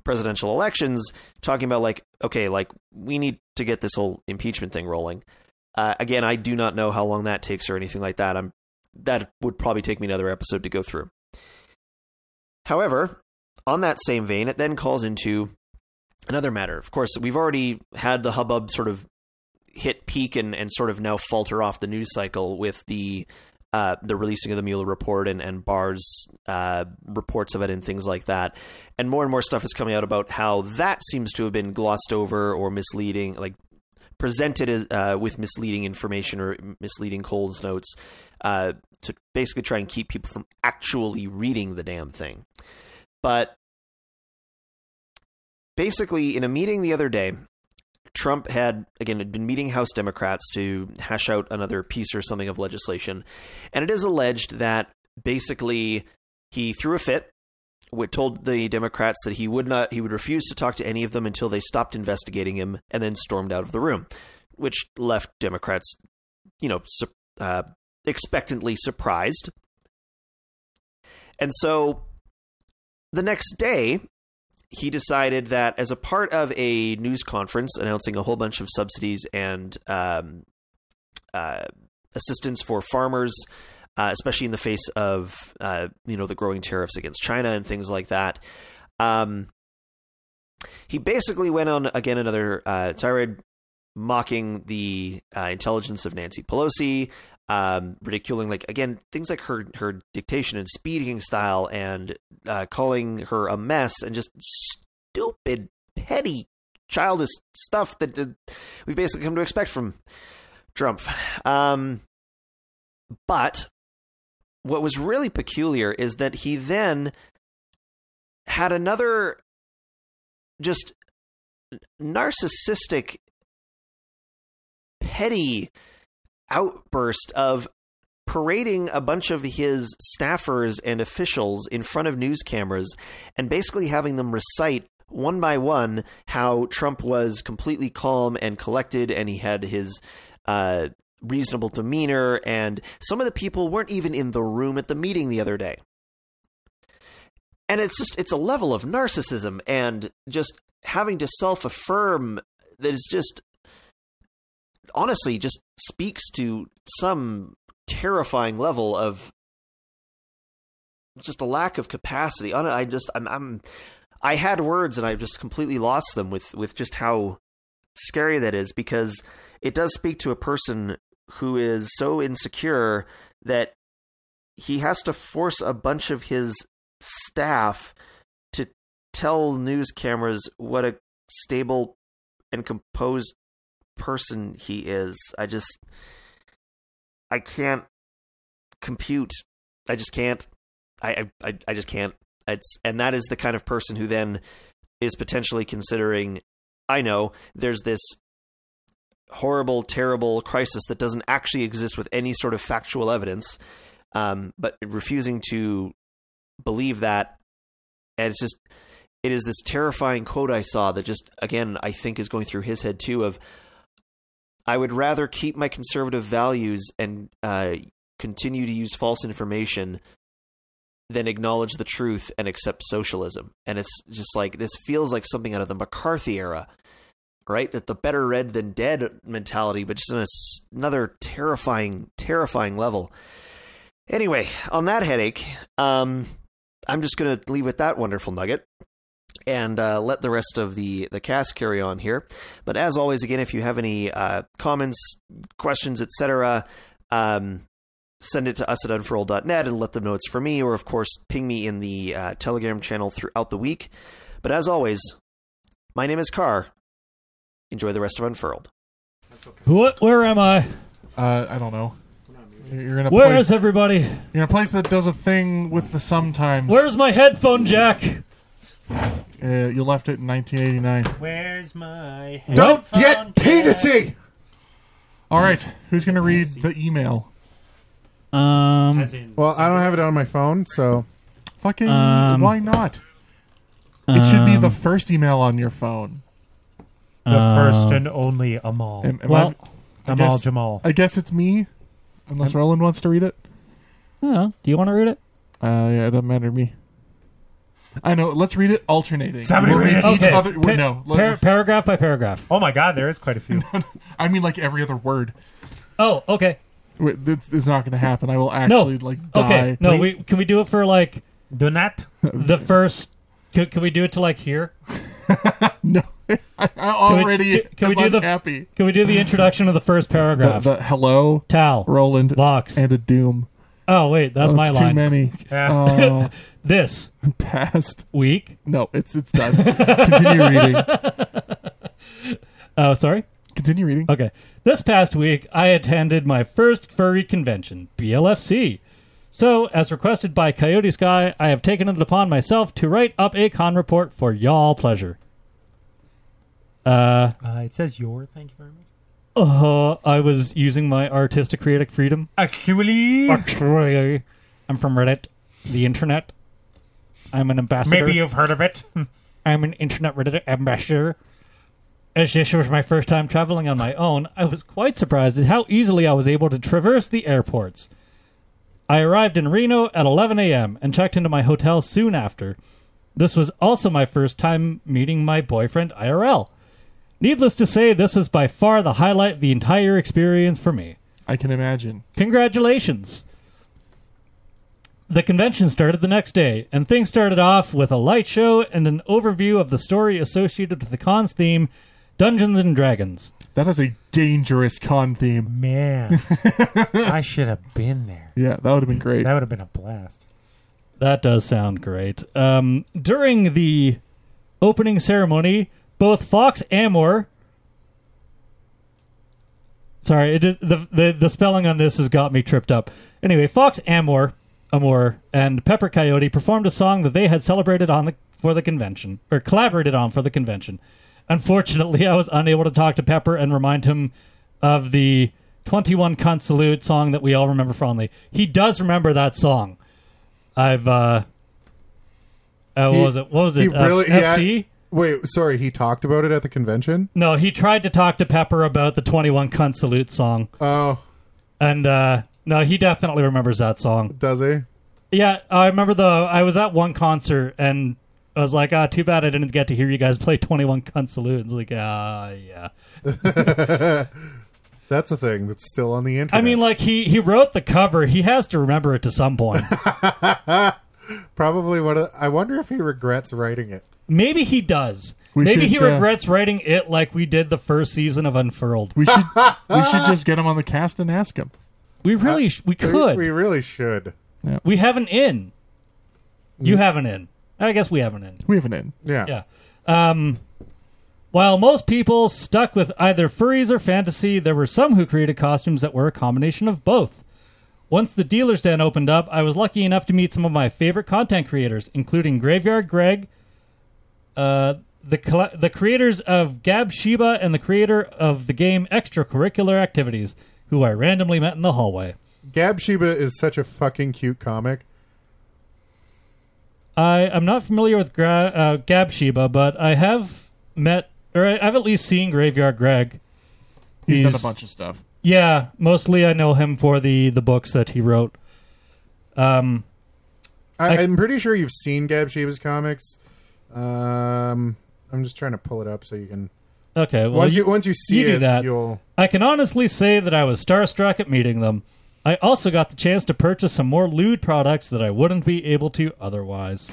presidential elections, talking about like okay, like we need to get this whole impeachment thing rolling. Uh, again, I do not know how long that takes or anything like that. I'm that would probably take me another episode to go through. However, on that same vein, it then calls into another matter. Of course, we've already had the hubbub sort of hit peak and, and sort of now falter off the news cycle with the uh, the releasing of the Mueller report and, and Barr's uh, reports of it and things like that. And more and more stuff is coming out about how that seems to have been glossed over or misleading, like presented as, uh, with misleading information or misleading Coles notes uh, to basically try and keep people from actually reading the damn thing. But basically, in a meeting the other day, Trump had again had been meeting House Democrats to hash out another piece or something of legislation, and it is alleged that basically he threw a fit told the Democrats that he would not he would refuse to talk to any of them until they stopped investigating him, and then stormed out of the room, which left Democrats, you know, su- uh, expectantly surprised. And so, the next day, he decided that as a part of a news conference announcing a whole bunch of subsidies and um, uh, assistance for farmers, uh, especially in the face of uh, you know the growing tariffs against China and things like that. Um, he basically went on again another uh, tirade mocking the uh, intelligence of Nancy Pelosi, um, ridiculing like again things like her her dictation and speaking style, and uh, calling her a mess and just stupid, petty, childish stuff that uh, we've basically come to expect from Trump. Um, but what was really peculiar is that he then had another just narcissistic petty outburst of parading a bunch of his staffers and officials in front of news cameras and basically having them recite one by one how Trump was completely calm and collected and he had his uh, reasonable demeanor. And some of the people weren't even in the room at the meeting the other day. And it's just, it's a level of narcissism and just having to self affirm that is just honestly just speaks to some terrifying level of just a lack of capacity. Hon- I just I'm, I'm I had words and I just completely lost them with with just how scary that is because it does speak to a person who is so insecure that he has to force a bunch of his staff to tell news cameras what a stable and composed person he is. I just I can't compute. I just can't. I I- I I just can't. It's and that is the kind of person who then is potentially considering. I know there's this horrible, terrible crisis that doesn't actually exist with any sort of factual evidence, um, but refusing to believe that, and it's just it is this terrifying quote I saw that just again I think is going through his head too of I would rather keep my conservative values and uh, continue to use false information than acknowledge the truth and accept socialism. And it's just like this feels like something out of the McCarthy era, right? That the better red than dead mentality, but just on a s another terrifying, terrifying level. Anyway, on that headache, um, I'm just going to leave with that wonderful nugget and uh, let the rest of the, the cast carry on here. But as always, again, if you have any uh, comments, questions, etc., um, send it to us at unfurl.net and let them know it's for me, or of course, ping me in the uh, Telegram channel throughout the week. But as always, my name is Carr. Enjoy the rest of Unfurled. What? Where am I? Uh, I don't know. You're you're in a Where place, is everybody? you're in a place that does a thing with the sometimes. Where's my headphone jack? uh, you left it in 1989. Where's my Don't headphone jack? get penisy. All right, who's gonna read the email? Um, As in, Well, I don't have it on my phone, so Fucking Um, why not? It should be the first email on your phone. the first Uh, and only Amal. Am- am I- well. I Amal guess- Jamal. I guess it's me, unless Roland wants to read it. I don't know. Do you want to read it? Uh, yeah, it doesn't matter to me. I know. Let's read it alternating. Somebody We're read gonna it. each Okay. other- we're- no, let- Par- paragraph by paragraph. oh my God, there is quite a few. I mean like every other word. Oh, okay. Wait, th- It's not going to happen. I will actually like die. Okay. No, we can we do it for like Do not. the first. Can, can we do it to like here? no. I I already can- can we am do the- unhappy. Can we do the introduction of the first The, paragraph? the hello, Tal. Roland, Vox. and a doom. oh wait, that's Oh, my it's line. Too many. Yeah. Oh, This past. week. No, it's it's done. Continue reading. Oh, sorry. Continue reading. Okay. This past week, I attended my first furry convention, BLFC. So, as requested by Coyote Sky, I have taken it upon myself to write up a con report for y'all pleasure. Uh, Uh, it says your. Thank you very much. uh, I was using my artistic creative freedom. Actually, Actually, I'm from Reddit, the internet. I'm an ambassador. maybe you've heard of it. I'm an internet Reddit ambassador. As this was my first time traveling on my own, I was quite surprised at how easily I was able to traverse the airports. I arrived in Reno at 11 a.m. and checked into my hotel soon after. This was also my first time meeting my boyfriend IRL. Needless to say, this is by far the highlight of the entire experience for me. I can imagine. Congratulations. The convention started the next day, and things started off with a light show and an overview of the story associated with the con's theme, Dungeons and Dragons. That is a dangerous con theme. Man, I should have been there. Yeah, that would have been great. That would have been a blast. That does sound great. Um, during the opening ceremony, both Fox Amor. Sorry, it, is- the, the the spelling on this has got me tripped up. Anyway, Fox Amor, Amor, and Pepper Coyote performed a song that they had celebrated on the for the convention or collaborated on for the convention. Unfortunately, I was unable to talk to Pepper and remind him of the 21 Cunt Salute song that we all remember fondly. He does remember that song. I've uh, uh what He- was it? What was it? he really- uh, he FC? Wait, sorry, he talked about it at the convention? No, he tried to talk to Pepper about the 21 Cunt Salute song. Oh, And uh no, he definitely remembers that song. does he? Yeah, I remember the I was at one concert and I was like, ah, too bad I didn't get to hear you guys play 21 Cunt Salute. And it's like, ah, yeah. That's a thing that's still on the I internet. mean, like, he, he wrote the cover. He has to remember it to some point. probably what a, I wonder if he regrets writing it. Maybe he does. We Maybe should, he uh, regrets writing it like we did the first season of Unfurled. We should we should just get him on the cast and ask him. We really, sh we We- could. We, We, really should. have an in. You have an in. I guess we have an in. We have an in. Yeah. Yeah. Um, while most people stuck with either furries or fantasy, there were some who created costumes that were a combination of both. Once the dealer's den opened up, I was lucky enough to meet some of my favorite content creators, including Graveyard Greg, uh, the coll- the creators of Gab Sheba, and the creator of the game Extracurricular Activities, who I randomly met in the hallway. Gab Sheba is such a fucking cute comic. I am not familiar with Gra- uh, Gab Sheba, but I have met or I- I've at least seen Graveyard Greg. He's, done a He's- bunch of stuff. Yeah, mostly I know him for the the books that he wrote. Um, I, I- I, am pretty sure you've seen Gab Sheba's comics. Um, I'm just trying to pull it up so you can. okay, well, once you, you- once you see you do it, that. you'll. I can honestly say that I was starstruck at meeting them. I also got the chance to purchase some more lewd products that I wouldn't be able to otherwise.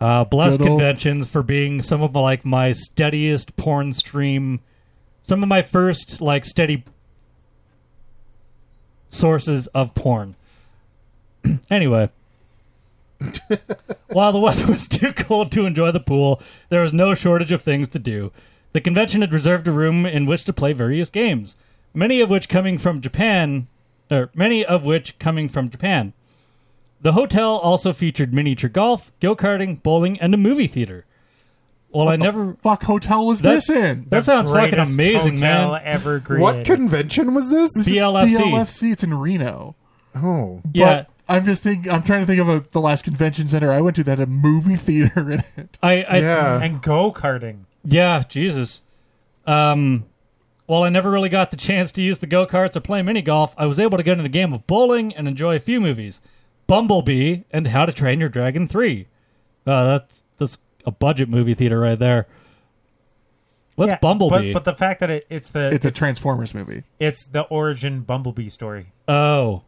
uh, bless Good old- conventions for being some of like my steadiest porn stream, some of my first like steady sources of porn. anyway. While the weather was too cold to enjoy the pool, there was no shortage of things to do. The convention had reserved a room in which to play various games, many of which coming from Japan, or many of which coming from Japan. The hotel also featured miniature golf, go-karting, bowling, and a movie theater. While I never Fuck hotel was That's- this in? That sounds fucking Greatest amazing, hotel man. Ever created. What convention was this? BLFC. BLFC. It's in Reno. Oh, Yeah. But I'm just thinking. I'm trying to think of a, the last convention center I went to that had a movie theater in it. I, I yeah. and go karting. Yeah, Jesus. Um, while I never really got the chance to use the go karts or play mini golf, I was able to get in a game of bowling and enjoy a few movies Bumblebee and How to Train Your Dragon 3. Uh, that's, that's a budget movie theater right there. What's Yeah, Bumblebee? But, but the fact that it, it's the It's a Transformers movie. it's the origin Bumblebee story. oh,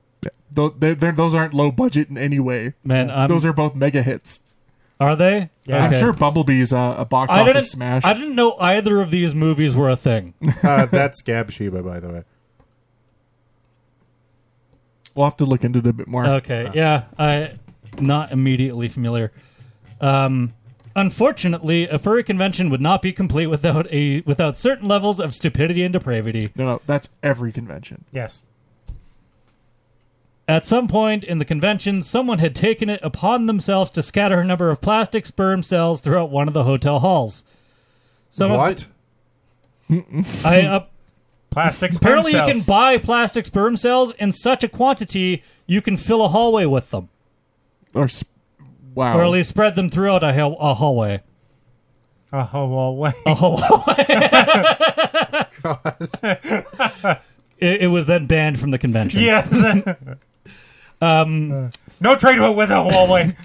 Those, they're, they're, those aren't low budget in any way. man. I'm, those are both mega hits. are they? Yeah. I'm Okay. sure Bumblebee is a, a box I didn't, office smash. I didn't know either of these movies were a thing. uh, that's Gab Sheba, by the way. we'll have to look into it a bit more. Okay, yeah, I not immediately familiar. Um, unfortunately, a furry convention would not be complete without a without certain levels of stupidity and depravity. No, no, that's every convention. Yes. At some point in the convention, someone had taken it upon themselves to scatter a number of plastic sperm cells throughout one of the hotel halls. Some of What? the- I up Plastic sperm apparently cells. you can buy plastic sperm cells in such a quantity you can fill a hallway with them, Or s- wow, or at least spread them throughout a, hall- a hallway. Oh, well, wait. a hallway. it, it was then banned from the convention. Yes. um, no trade with a Huawei.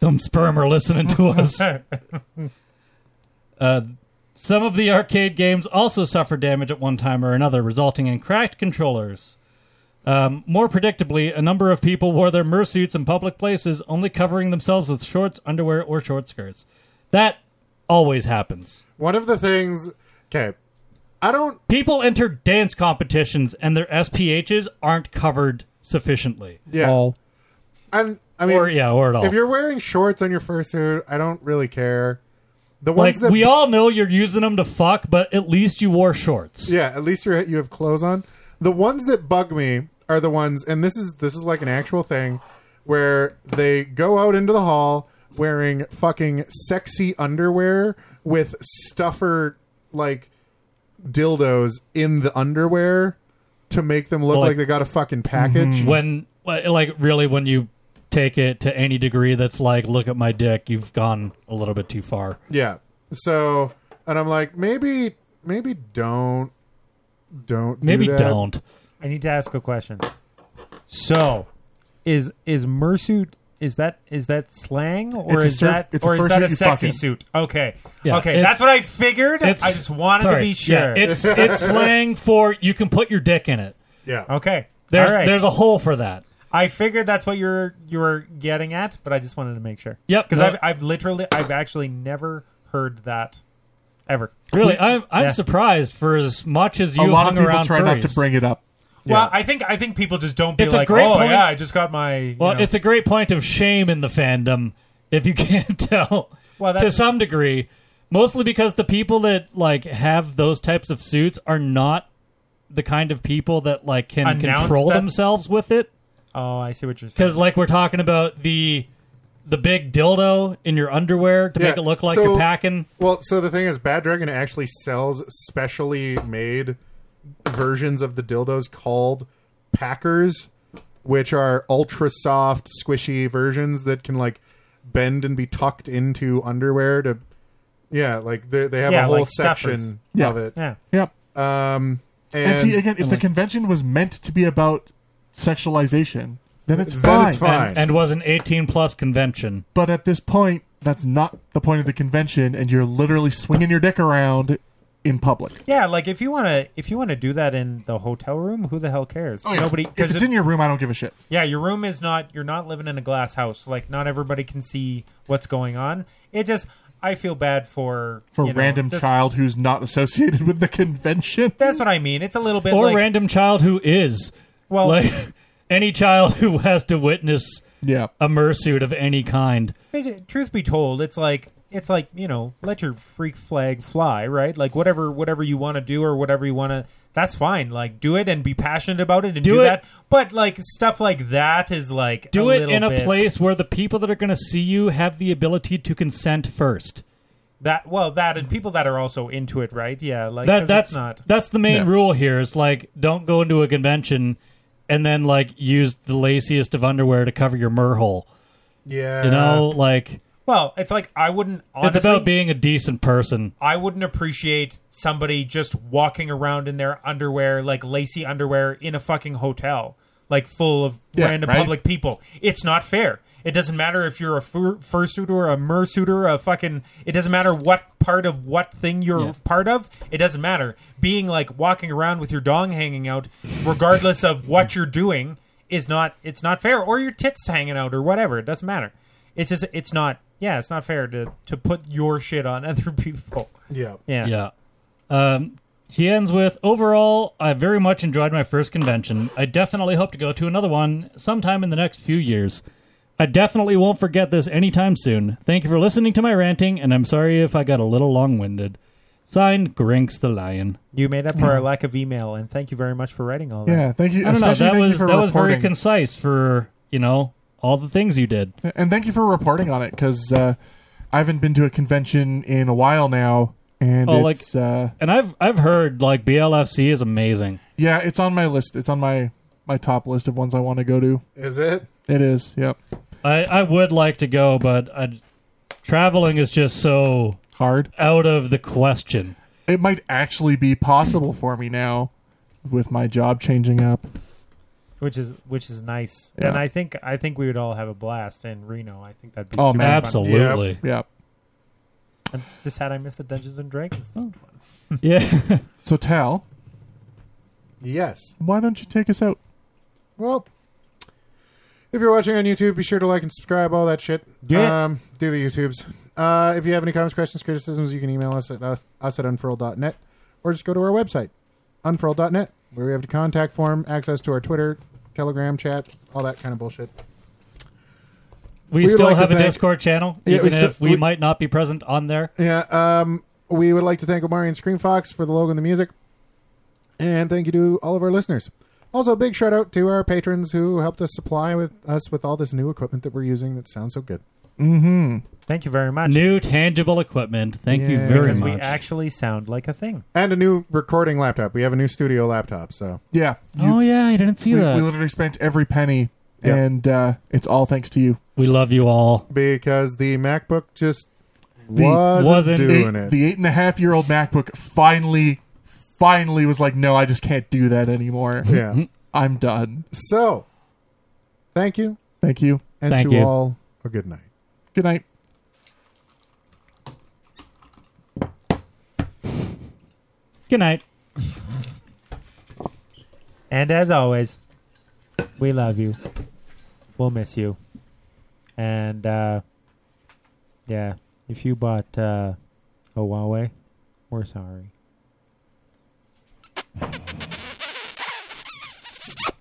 Some sperm are listening to us. Uh, Some of the arcade games also suffer damage at one time or another, resulting in cracked controllers. Um, more predictably, a number of people wore their mersuits in public places, only covering themselves with shorts, underwear, or short skirts. That always happens. One of the things. Okay. I don't. People enter dance competitions and their SPHs aren't covered sufficiently. Yeah. all. I'm, I mean, or yeah, or at all. if you're wearing shorts on your fursuit, I don't really care. The like ones that we all know you're using them to fuck, but at least you wore shorts. Yeah, at least you're you have clothes on. The ones that bug me are the ones, and this is this is like an actual thing, where they go out into the hall wearing fucking sexy underwear with stuffer like dildos in the underwear to make them Well, look Mm-hmm. like, like- they got a fucking package. When well, like really when you take it to any degree that's like look at my dick, you've gone a little bit too far. Yeah. So, and I'm like, maybe, maybe don't, don't, do Maybe that. don't. I need to ask a question. So, is is mersuit is that is that slang or It's a is surf- that it's a or is fursuit that a you sexy fucking- suit? Okay, Yeah, okay, it's- that's what I figured. I It's just wanted sorry, to be sure. yeah, it's it's slang for you can put your dick in it. Yeah. okay, There's all right. there's a hole for that. I figured that's what you're you were getting at, but I just wanted to make sure. Yep, because no. I've I've literally I've actually never heard that ever. Really, I'm I'm Yeah. surprised for as much as you A lot of hung people around try not to furries. bring it up. Well, I think I think people just don't be It's a like, great oh point. yeah, I just got my. you Well, know." it's a great point of shame in the fandom, if you can't tell, Well, to that's- some degree. Mostly because the people that like have those types of suits are not the kind of people that like can Announce control that- themselves with it. oh, I see what you're saying. Because like we're talking about the the big dildo in your underwear to make Yeah, it look like so- you're packing. Well, so the thing is, Bad Dragon actually sells specially made versions of the dildos called Packers, which are ultra soft, squishy versions that can like bend and be tucked into underwear. To yeah, like they they have Yeah, a whole like stuffers. section Yeah. of it. Yeah. Yep. Um, and, And, see again, if the like- convention was meant to be about sexualization, then it's Then fine. it's fine. And was an 18 plus convention. But at this point, that's not the point of the convention, and you're literally swinging your dick around in public. Yeah, like if you want to if you want to do that in the hotel room, who the hell cares? Oh, Nobody If because Oh, it's in your room, I don't give a shit. yeah, your room is not you're not living in a glass house. Like not everybody can see what's going on. It just I feel bad for For a you know, random just- child who's not associated with the convention. That's what I mean. It's a little bit Or like random child who is. well, like any child who has to witness Yeah. a mersuit of any kind. it- truth be told, it's like it's like you know let your freak flag fly, right? Like whatever whatever you want to do or whatever you want to. That's fine. Like, do it and be passionate about it and Do do, it. that. But like stuff like that is like do a it little in a bit- place where the people that are going to see you have the ability to consent first. That well, that and people that are also into it, right? Yeah, like That 'cause that's it's not. that's the main No. rule here. It's like don't go into a convention and then like use the laciest of underwear to cover your mer hole. yeah, You know, like Well, it's like I wouldn't honestly. it's about being a decent person. I wouldn't appreciate somebody just walking around in their underwear, like lacy underwear, in a fucking hotel, like full of Yeah, random right? public people. It's not fair. It doesn't matter if you're a fur- fursuiter, a mersuiter, a fucking. It doesn't matter what part of what thing you're Yeah. part of. It doesn't matter. Being like walking around with your dong hanging out, regardless of what you're doing, is not. It's not fair. Or your tits hanging out, or whatever. It doesn't matter. It's just. It's not. Yeah, it's not fair to to put your shit on other people. yeah. Yeah. Yeah. Um, he ends with Overall, I very much enjoyed my first convention. I definitely hope to go to another one sometime in the next few years. I definitely won't forget this anytime soon. Thank you for listening to my ranting, and I'm sorry if I got a little long winded. Signed, Grinks the Lion. You made up for our lack of email, and thank you very much for writing all that. Yeah, thank you. I don't know. Especially That thank was, you for that was very reporting. concise for, you know, all the things you did. and thank you for reporting on it because uh, I haven't been to a convention in a while now, and Oh, it's uh, And I've I've heard like BLFC is amazing. yeah, it's on my list. It's on my my top list of ones I want to go to. Is it? It is. Yep. I, I would like to go, but I, traveling is just so Hard. out of the question. It might actually be possible for me now with my job changing up. which is which is nice. Yeah. And I think I think we would all have a blast in Reno. I think that'd be Oh, super man. fun. Absolutely. Yep. I'm just sad I missed the Dungeons and Dragons themed one. Yeah. So Tal, Yes. why don't you take us out? Well, if you're watching on YouTube, be sure to like and subscribe, all that shit. Yeah. Um, do the YouTubes. Uh, if you have any comments, questions, criticisms, you can email us at us, us at unfurl.net or just go to our website, unfurl.net, where we have the contact form, access to our Twitter, Telegram chat, all that kind of bullshit. We, would still like to have a thank- Discord channel, Yeah, even we if s- we, we- might not be present on there. Yeah. Um, we would like to thank Omari and Scream Fox for the logo and the music. And thank you to all of our listeners. Also, a big shout out to our patrons who helped us supply with us with all this new equipment that we're using that sounds so good. Mm-hmm. Thank you very much. New tangible equipment. Thank you Yeah. very because much. we actually sound like a thing. And a new recording laptop. We have a new studio laptop, so Yeah. You- oh yeah, I didn't see we, that. we We, literally spent every penny, Yeah. and uh, it's all thanks to you. love you all. because the MacBook just The- wasn't, wasn't- Eight- doing it. The eight and a half year old MacBook finally, finally was like, no, I just can't do that anymore. yeah. I'm done. So, thank you, Thank you. and Thank to you. all a good night. Good night. Good night. And as always, we love you. We'll miss you. And uh, yeah, if you bought uh, a Huawei, we're sorry.